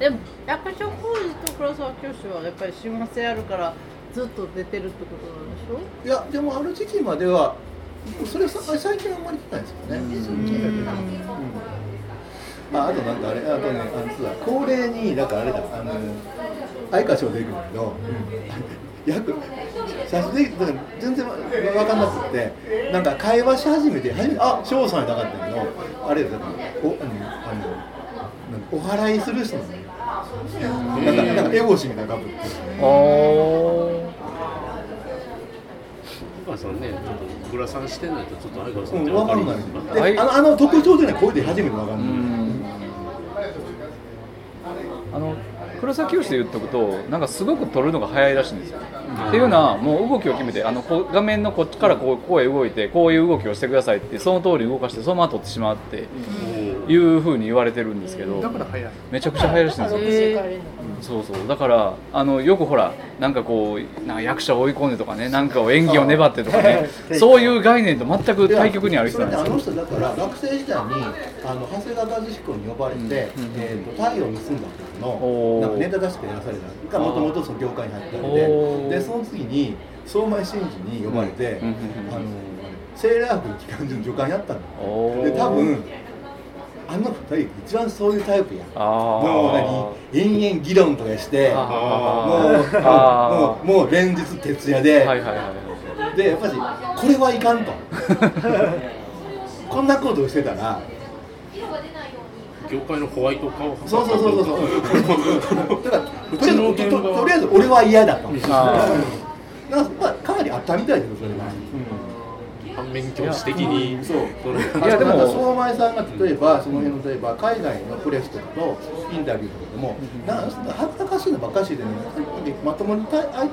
でも役所広司と黒沢教師はやっぱり幸せあるからずっと出てるってことなんでしょいやでもある時期まではそれさ最近あんまり出ないですよね、ああとなんかあれあとねあのそうだ恒例にだからあれだあの相川翔出てくるんだけど、役最初でだから全然わわかんなくってなんか会話し始めて初めてあ翔さんやなかったけどあれだからおあのあのなんかお祓いする人なのよなんかなんかエボシみたいなカップルおお母さんね、ちょっとグラサンしてないとちょっと相川さうんっんてわ分かかりんになくかったいであのあの特徴というのはこれで初めてわかんない、うんあの黒崎清で言っとくとなんかすごく撮るのが早いらしいんですよ。っていうのはもう動きを決めてあのこう画面のこっちからこうこうへ動いてこういう動きをしてくださいってその通り動かしてそのまま撮ってしまうっていうふうに言われてるんですけどだから早いめちゃくちゃ早いらしいんですよ。えそうそうだからあのよくほらなんかこうなんか役者を追い込んでとかねなんかを演技を粘ってとかねそういう概念と全く対極にある人それなっんでてすあよの人だから学生時代にあの長谷川和彦に呼ばれて「えー、と太陽を盗んだ時おのーなんかネタ出してやらされたがもともとその業界に入ったんおーででその次に相馬真司に呼ばれて、うんうんうんあのセーラー服機関銃の助監やったのおーで多分あの二人一番そういうタイプやあもう何延々議論とかしてもうあーもうもう連日徹夜で、ーはいはいはいでやっぱりこれはいかんとこんなことをしてたら業界のホワイト化をそうそうそうそうそうだからとりあえず <laughs> うとちの現場はととりあえず俺は嫌だとあなんかまあかなりあったみたいですよそれは、反面教師的にそううんいやでもあとなんか相前さんが例えばその辺の例えば海外のプレスとかとインタビューとかでもなんか恥ずかしいのばっかりでねまともに対対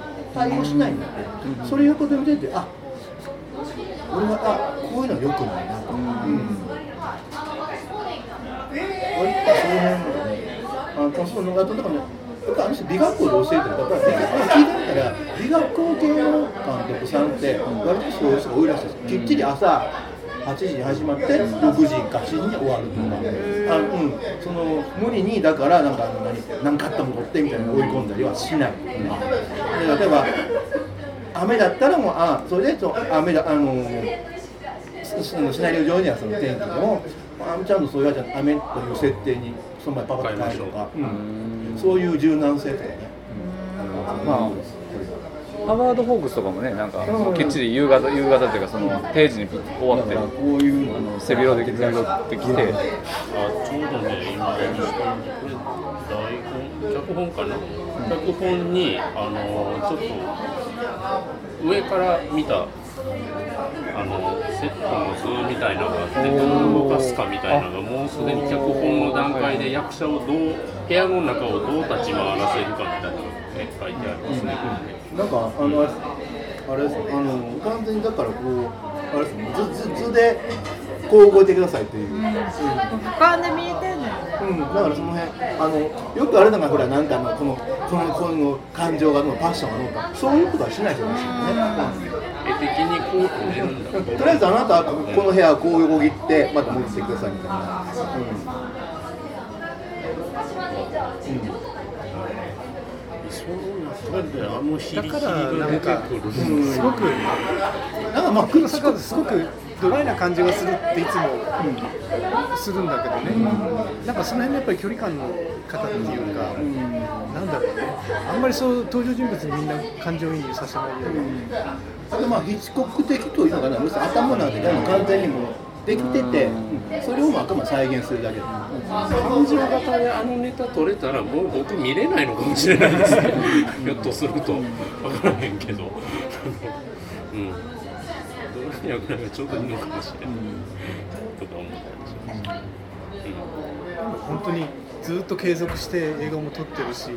対応しないんだってそれ横で見ててあ俺またこういうのよくないなと、うん割とその辺のねあのその野方とかもやっぱあの人美学校で教えてるからやっぱり美学聞いてみたら美学校系の監督さんって割とそういう人が多いらしいですきっちり朝8時に始まって6時か7時に終わるとか、あうん、その無理にだからなんかあの何何かあったもん取ってみたいな追い込んだりはしない、うんで <laughs> 例えば雨だったらもうあそれでそう雨だあのそのシナリオ上にはその天気でも、あみちゃんのそういうじゃ雨という設定にその前パパッと変えるとか、うんそういう柔軟性とかね。まあハワード・ホークスとかもねなんかきっちり夕方夕方っていうかその定時に終わだっかてらこういうのあの背広で背広ってきあちょてうどね、今、これ、台本、脚本かな、脚本に、あのちょっと、上から見た、あのセットの図みたいなのがあって、どう動かすかみたいなのが、もうすでに脚本の段階で、役者をどう、部屋の中をどう立ち回らせるかみたいなのがね書いてありますね。なんかあのあれですあの完全にだからこうあれですね図図図でこう動いてくださいっていう。俯瞰で見えてんのよねうん、だからその辺あのよくあるのがほらなんかのこのこのこの感情がどうのパッションがどうかそういうことはしない人ですよね。絵的にこうって出るんだうんとりあえずあなたはこの部屋はこう横切ってまた戻ってくださいみたいな。そうなんだ、あのヒリヒリがなん出かてくる。すごくうん、なんかまあ黒坂すごくドライな感じがするっていつもするんだけどね、なんかその辺のやっぱり距離感の方っていうか、なんだろうねあんまりそう登場人物にみんな感情移入させないような、あとまあヒッチコック的というのかな、要するに頭なんてもう完全にもうできてて、それをもう頭再現するだけで。感情型であのネタ取れたらもう僕見れないのかもしれないですねひょっとすると分からへんけどうんどうやらいがちょうどいいのかもしれない、とか思ったりします、本当にずっと継続して映画も撮ってるし、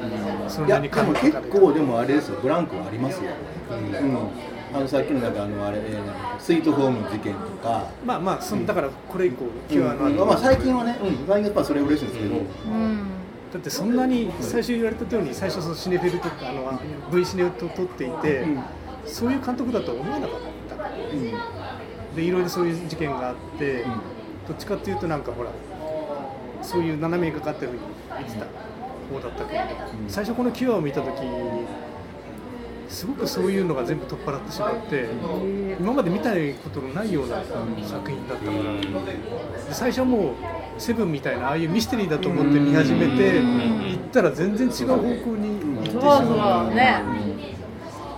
そんいなやにで感もじ結かれて構でもあれですよブランクはありますよ、うんあのさっきのなんかあのあれ、えースイートホーム事件とか、まあまあそのだからこれ以降、うんキュアの後、まあ、最近はね、うん、最近はまあそれ嬉しいんですけど、だってそんなに最初言われたように最初そのシネフェルとかあの V シネを撮っていて、そういう監督だとは思わなかったからでいろいろそういう事件があって、どっちかっていうとなんかほらそういう斜めにかかってる風に見てた方だったけど、最初このキュアを見た時にすごくそういうのが全部取っ払ってしまって、今まで見たことのないような作品だったから、で最初はもうセブンみたいなああいうミステリーだと思って見始めて、行ったら全然違う方向に行ってしそうまう。そうね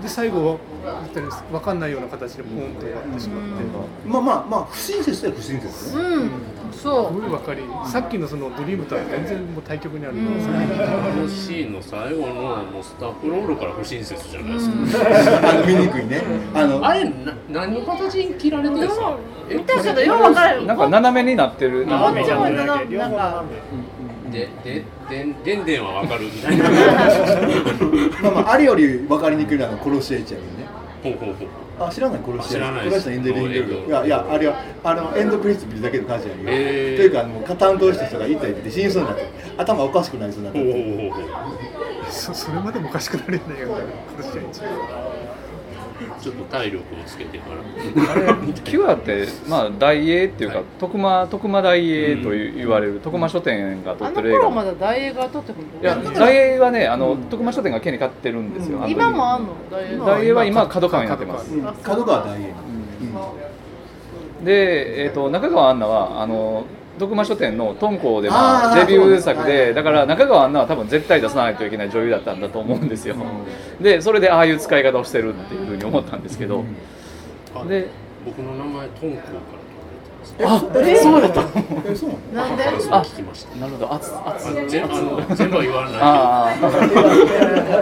で最後は言ったら分かんないような形でポンと終わってしまって、まあまあまあ不親切だよ不親切ですね、うんそすうごい分かりさっきのそのドリームとは全然もう対極にあるようなうんあのシーンの最後のもうスタッフロールから不親切じゃないですか、あの見にくいねあのあれな何の形に切られてるんですかえ見たけどよう分かるなんか斜めになってるこなっちもなんかなんかでででんでんでんは分かるみたいなまあまああれより分かりにくいのはあの殺し合いちゃうよねほうほうほうあ知らない殺し合い知らないです殺し合いのエンドリングもういやいやあれはあのエンドプリンシピルだけの感じやるよ、へーというかあの加担当した人が一体出て死にそうになって頭おかしくなりそうになっほうほうてほうほうそそれまでもおかしくなれないような殺し合い中ちょっと体力をつけてから。キュアって、まあ、大英っていうか、徳間徳間大英という言われる徳間書店が撮あっのてる映画頃まだ大映画撮ってくるいや大英はねあの、徳間書店が権利買ってるんですよ、あの時今もあんの大映画大英は今角川になってますうん角川大英で、えー、と中川アンナはあの徳間書店の敦煌で、まあ、あーデビュー作そうですではいだから中川アンナは多分絶対出さないといけない女優だったんだと思うんですよ、でそれでああいう使い方をしてるっていうふうに思ったんですけど、あで僕の名前、トンコから取られてます。あそうだったえそうなのなんでそう聞きました。なるほど熱熱あぜあの全部は言わなあ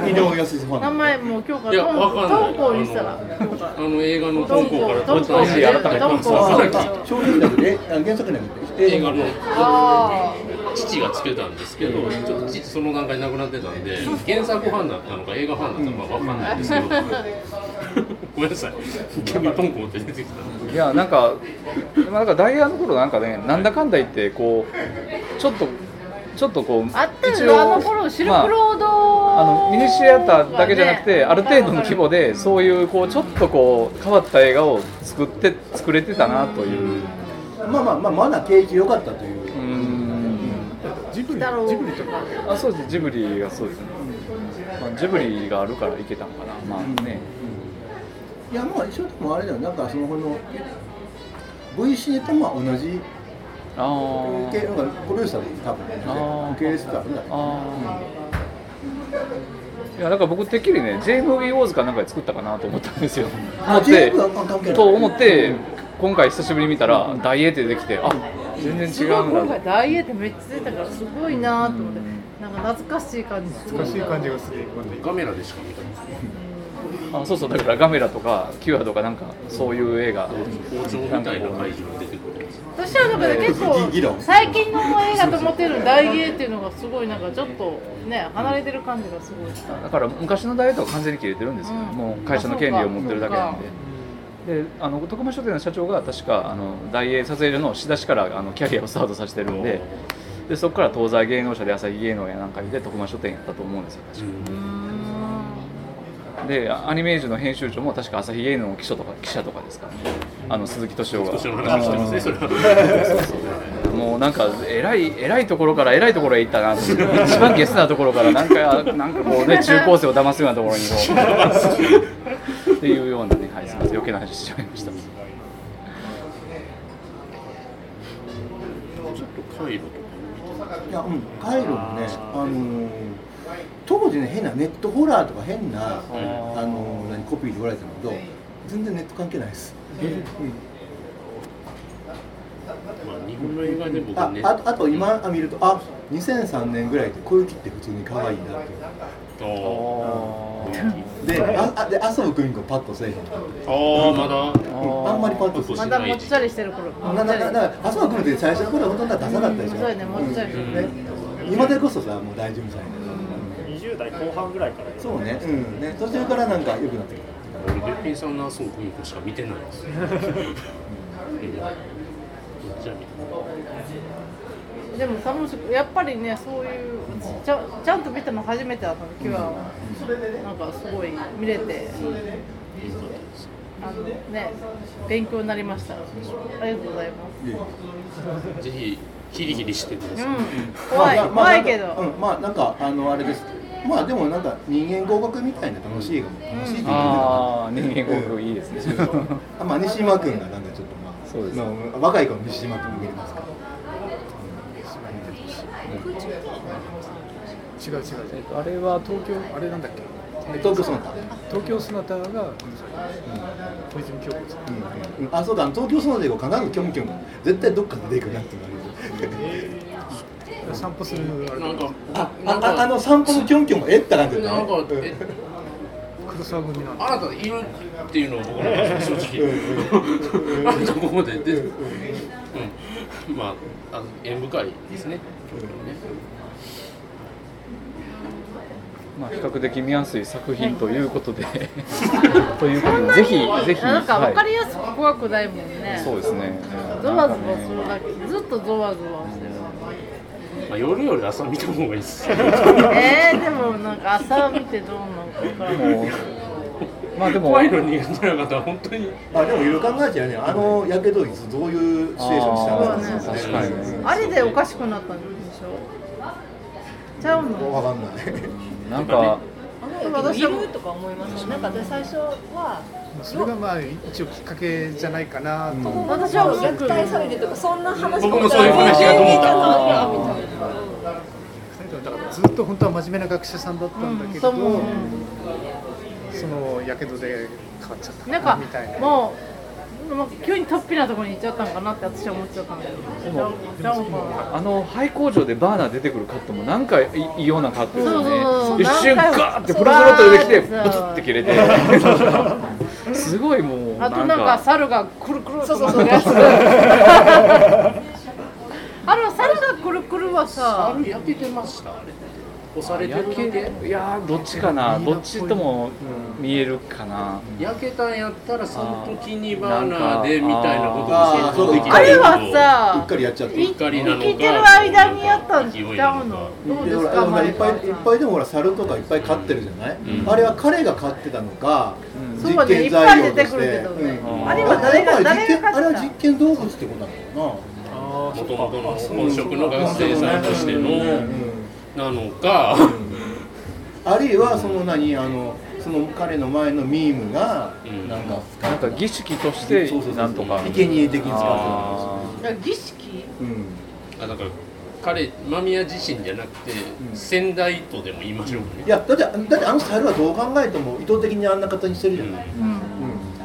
ー井上康之ファン名前もう今日かいやらトわかんないンコにしたら今日からいけど、あの映画のトンコから取ったもし改めてトンコは小説だけで、あ原作なんだけど映画のあ父がつけたんですけど、ちょっと父その段階なくなってたんで、原作ファンだったのか映画ファンだったのかわかんないんですけど、ごめんなさい急にポンコンって出てきたいやなんか、まあ、なんかダイヤの頃なんかね、なんだかんだ言ってこうちょっとちょっとこうあった一よ応ねあの頃シルクロード、まあ、あのミニシアターだけじゃなくて、ねある程度の規模でそういうこうちょっとこう変わった映画を作って作れてたなという。まあまあまあまだ景気良かったといううーんジブリジブリとかあそうですジブリがそうですね、まあ、ジブリがあるからいけたのかなまあね、いやまあ一緒でもあれだよなんかそのこの V シネとまあ同じあー系なんかプロデューサーで多分ねあー受け入れてたんだああいやだから僕てっきりね j m b ウォーズかなんかで作ったかなと思ったんですよあ思って全部は関係ないと思って今回久しぶりに見たら大英って出てきてあ全然違すごいうんだ今回大英ってめっちゃ出たからすごいなと思って、なんか懐かしい感じすご難いしい感じがするカメラでしか見たことないあそうそうだからガメラとかキュアとかなんかそういう映画包丁みたいな会場に出てくるんですよ私はだから結議議論構最近の映画と思ってる大英っていうのがすごいなんかちょっとね離れてる感じがすごいした、だから昔の大英とか完全に切れてるんですよ、うんもう会社の権利を持ってるだけなんで。であの徳間書店の社長が確かあの大英撮影所の仕出しからあのキャリアをスタートさせてるんででそこから東西芸能社で朝日芸能やなんかで徳間書店やったと思うんですよ確か、でアニメージュの編集長も確か朝日芸能の記者とか記者とかですからねあの鈴木敏夫が年の話してますねそれ <laughs> はもうなんか偉い偉いところから偉いところへ行ったなと思って一番ゲスなところからなんかなんかこう <laughs> ね中高生を騙すようなところにこうっていうようなねはいすみません余計な話しちゃいましたちょっとカイロとかいやうんカイロもねあのー当時ね変なネットホラーとか変なあのー何コピーで売られてたんだけど全然ネット関係ないです <laughs> まあ、日本の映画で僕あねあとあと今見るとあ2003年ぐらいで小雪って普通に可愛いなってあでああで麻生久美子パッとせえへんあーまだうんあんまりパッとせえへんまだもっちゃりしてる頃もなっちなゃりななあそうくんって最初の頃は本当にダサかったでうんしょ、そうやねもっちゃりうんね今でこそさもう大丈夫じゃな20代い後半ぐらいからそうね,、うん、ね途中からなんか良くなってき俺べっぴんさんの麻生久美子しか見てないですようんめっちゃ見でても楽しくやっぱりねそういうちゃちゃんと見たの初めてだったのキュアはなんかすごい見れていいかったですあのね勉強になりましたありがとうございますぜひヒリヒリしてください、うんた怖いまあまあ怖いけなんどかうんまあなんかあのあれですまあでもなんか人間合格みたいな楽しい映画も楽しいっていうか、ああ人間国語いいですね <laughs> あまあ西島君がなんかちょっとまあそうですねまあ若い子の西島君も見れますから違う違う違えうっとあれは東京あれなんだっけえ東京ソナタ東京ソナタがうん小泉京子さんうんあそうだ東京ソナタで必ずキョンキョン絶対どっかで出てくるなっていうのがある散歩するあれなんかあああの散歩のキョンキョンもえって感じだなよんねかえ黒沢組なんだあなたいるっていうのは僕は正直あなたここまで出てうんまああの縁深いですねまあ比較的見やすい作品というこ <laughs> とでということでぜひぜひなんか分かりはやすく怖くないもんねい、そうですねゾワゾなんかワねするだけずっとゾワゾワ <laughs> してるまあ、夜より朝見た方がいい <laughs> です <laughs> えー、でもなんか朝見てどうなのか分からないもうまあでも怖いの苦手な方は本当にあ <laughs> でもいろいろ考えちゃうねあのやけどいつどういうシチュエーションしたのかあーそうねね確かにねあれでおかしくなったんでしょちゃうのわかんないなんか私いるとか思いますなんか私最初はまあそれがまあ一応きっかけじゃないかなと私は虐待されてとかそんな話僕もそういう話だと思っただからずっと本当は真面目な学者さんだったんだけど、そうもそのやけどで変わっちゃったうかななんかみたいなもうもう急に突飛なところに行っちゃったんかなって私は思っちゃったんだけどちゃうちゃうかなあの廃工場でバーナー出てくるカットもなんかい異様なカットですよねそうそうそう一瞬なんかガーってプロスロットルできそうてブツなんですよッて切れてすごいもうあとなんか猿がくるくると回るやつあの猿がくるくるはさあれやっててましたあれ押されて焼るだけけいやーどっちかなどっちとも見えるかな、焼けたんやったらその時にバーナーでみたいなことあーを説明できあないれとはうっさかりやっちゃってうっかりなのか生きてる間にやったんちゃうのどうででほすらかほら前いっぱいいっぱいでもほら猿とかいっぱい飼ってるじゃない、うんあれは彼が飼ってたのか、そうねいっぱい出てくるけどねうんあれあは誰がれは誰が実験あれ勝はった実験動物ってことなのかあもともとの本職の学生さんとしてのなのか、なあるいはその何あのその彼の前のミームがうんなんかなんか儀式としてなんとか生贄的に使わあいや儀式れてるんですよあだから彼間宮自身じゃなくて、先代とでも言いましょうかうねんいやだってだってあの猿はどう考えても意図的にあんな形にしてるじゃない、うんうん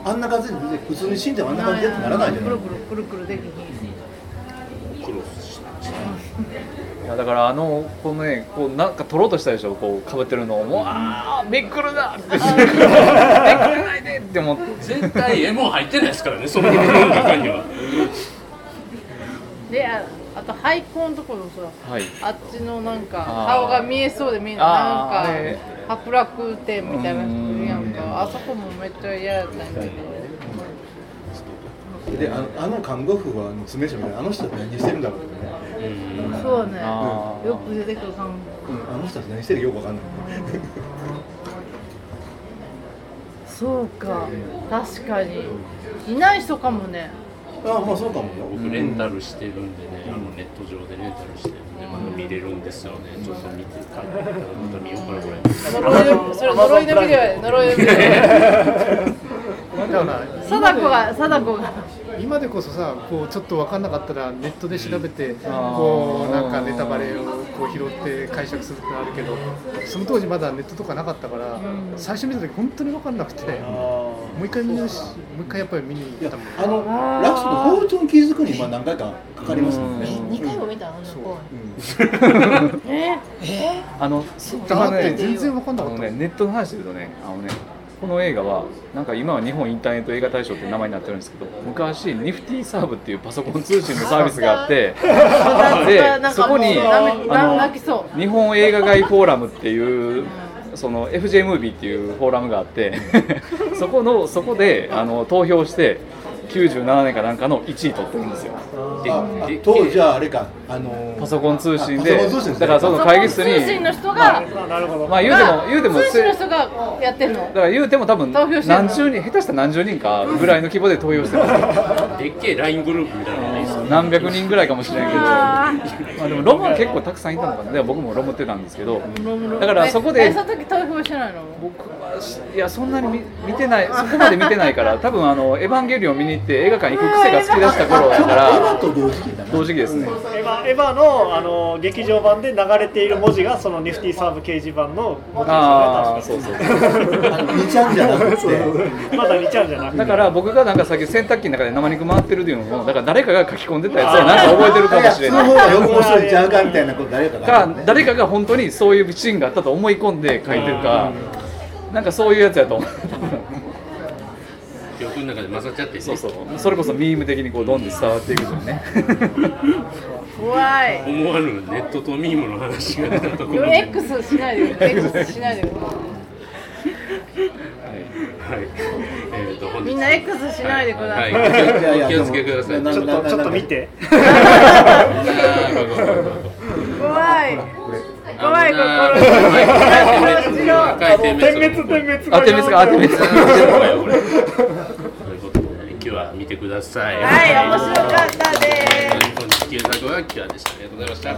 あんな感じで普通に死んでもあんな感じでってならないじくゃないるくるくるくるできひん苦労してーいやだからあのこのねこうなんか取ろうとしたでしょこうかぶってるのをもうああめく <laughs> るなってめくらないでって思って絶対絵も入ってないですからねその部分の中にはでああと廃校のところさはいあっちのなんかあー顔が見えそうでみんななんあーかあれ博楽店みたいな人いるやんうんかあそこもめっちゃ嫌やったんやけどであのあの看護婦はあの詰め所みたいなあの人たち何してるんだろうってね、そうねあーよく出てくる感うんあの人たち何してるかよくわかんないじそうか確かにいない人かもねあまあそうかもよ僕レンタルしてるんでね、あのネット上でレンタルしてるんでまだ見れるんですよねちょっと見て帰ってからまた見ようかなこれ呪いのそれ呪いのビデオや呪いのビ <laughs> デだからオ貞子が貞子が今でこそさこうちょっと分かんなかったらネットで調べて、あーこうなんかネタバレをこう拾って解釈するってのあるけどその当時まだネットとかなかったから、最初見た時本当に分かんなくて、もう一回見るしもう一回やっぱり見にい行っやたもんあのラクスの包丁の気づくにまあ何回かかかりますもんねうん二回も見たあの子 <laughs> あの黙あのってね全然分かんあなかのったねネットの話で言うとねあのねこの映画はなんか今は日本インターネット映画大賞って名前になってるんですけど昔ニフティサーブっていうパソコン通信のサービスが <laughs> あってでそこになんかもうあなの泣きそう日本映画街フォーラムっていうその FJ ムービーっていうフォーラムがあってそこのそこであの投票して97年かなんかの1位取ってるんですよああ当時はあれかあのパソコン通信あでパソコン通信だからその会議室通信にの人があなるほどまあ言うても言うても通信の人がやってんだのから言うても多分投票してんの何十人下手したら何十人かぐらいの規模で投票してますよでっけえ LINE グループみたいなのないですか <laughs> 何百人ぐらいかもしれんけどあまあでもロムは結構たくさんいたのかなでも僕もロムってたんですけどだからそこええでその時投票してないの僕はいやそんなに見見てないそこまで見てないから多分あの「エヴァンゲリオン」見に行って映画館行く癖がつきだした頃だかエヴァらと同時期だな同時期ですねエヴァエヴァのあの劇場版で流れている文字がそのニフティサーブ掲示板の文字ああですそようねそうあの二ちゃんじゃなくて確かにまだ見ちゃうんじゃなくてだから僕がなんか先洗濯機の中で生肉回ってるっていうのもだから誰かが書き込んでたやつはなんか覚えてるかもしれその方ないがよく面白いんちゃうかみたいなこと誰かがか誰かが本当にそういうシーンがあったと思い込んで書いてるかなんかそういうやつやと思う記憶の中で混ざっちゃってねそうそうそれこそミーム的にこうどんどん伝わっていくじゃんね怖い思わぬネットとミームの話が出たところよで X しないでよ X しないでよはいえーと本日みんな X しないでください、はい、お気をつけください。なちょっとちょっと見 <laughs> て怖い怖いあの点滅点滅があ点滅かあ点とい滅うことで、今日は見てください。はい面白かったです本日旧作はキュアでした。ありがとうございました。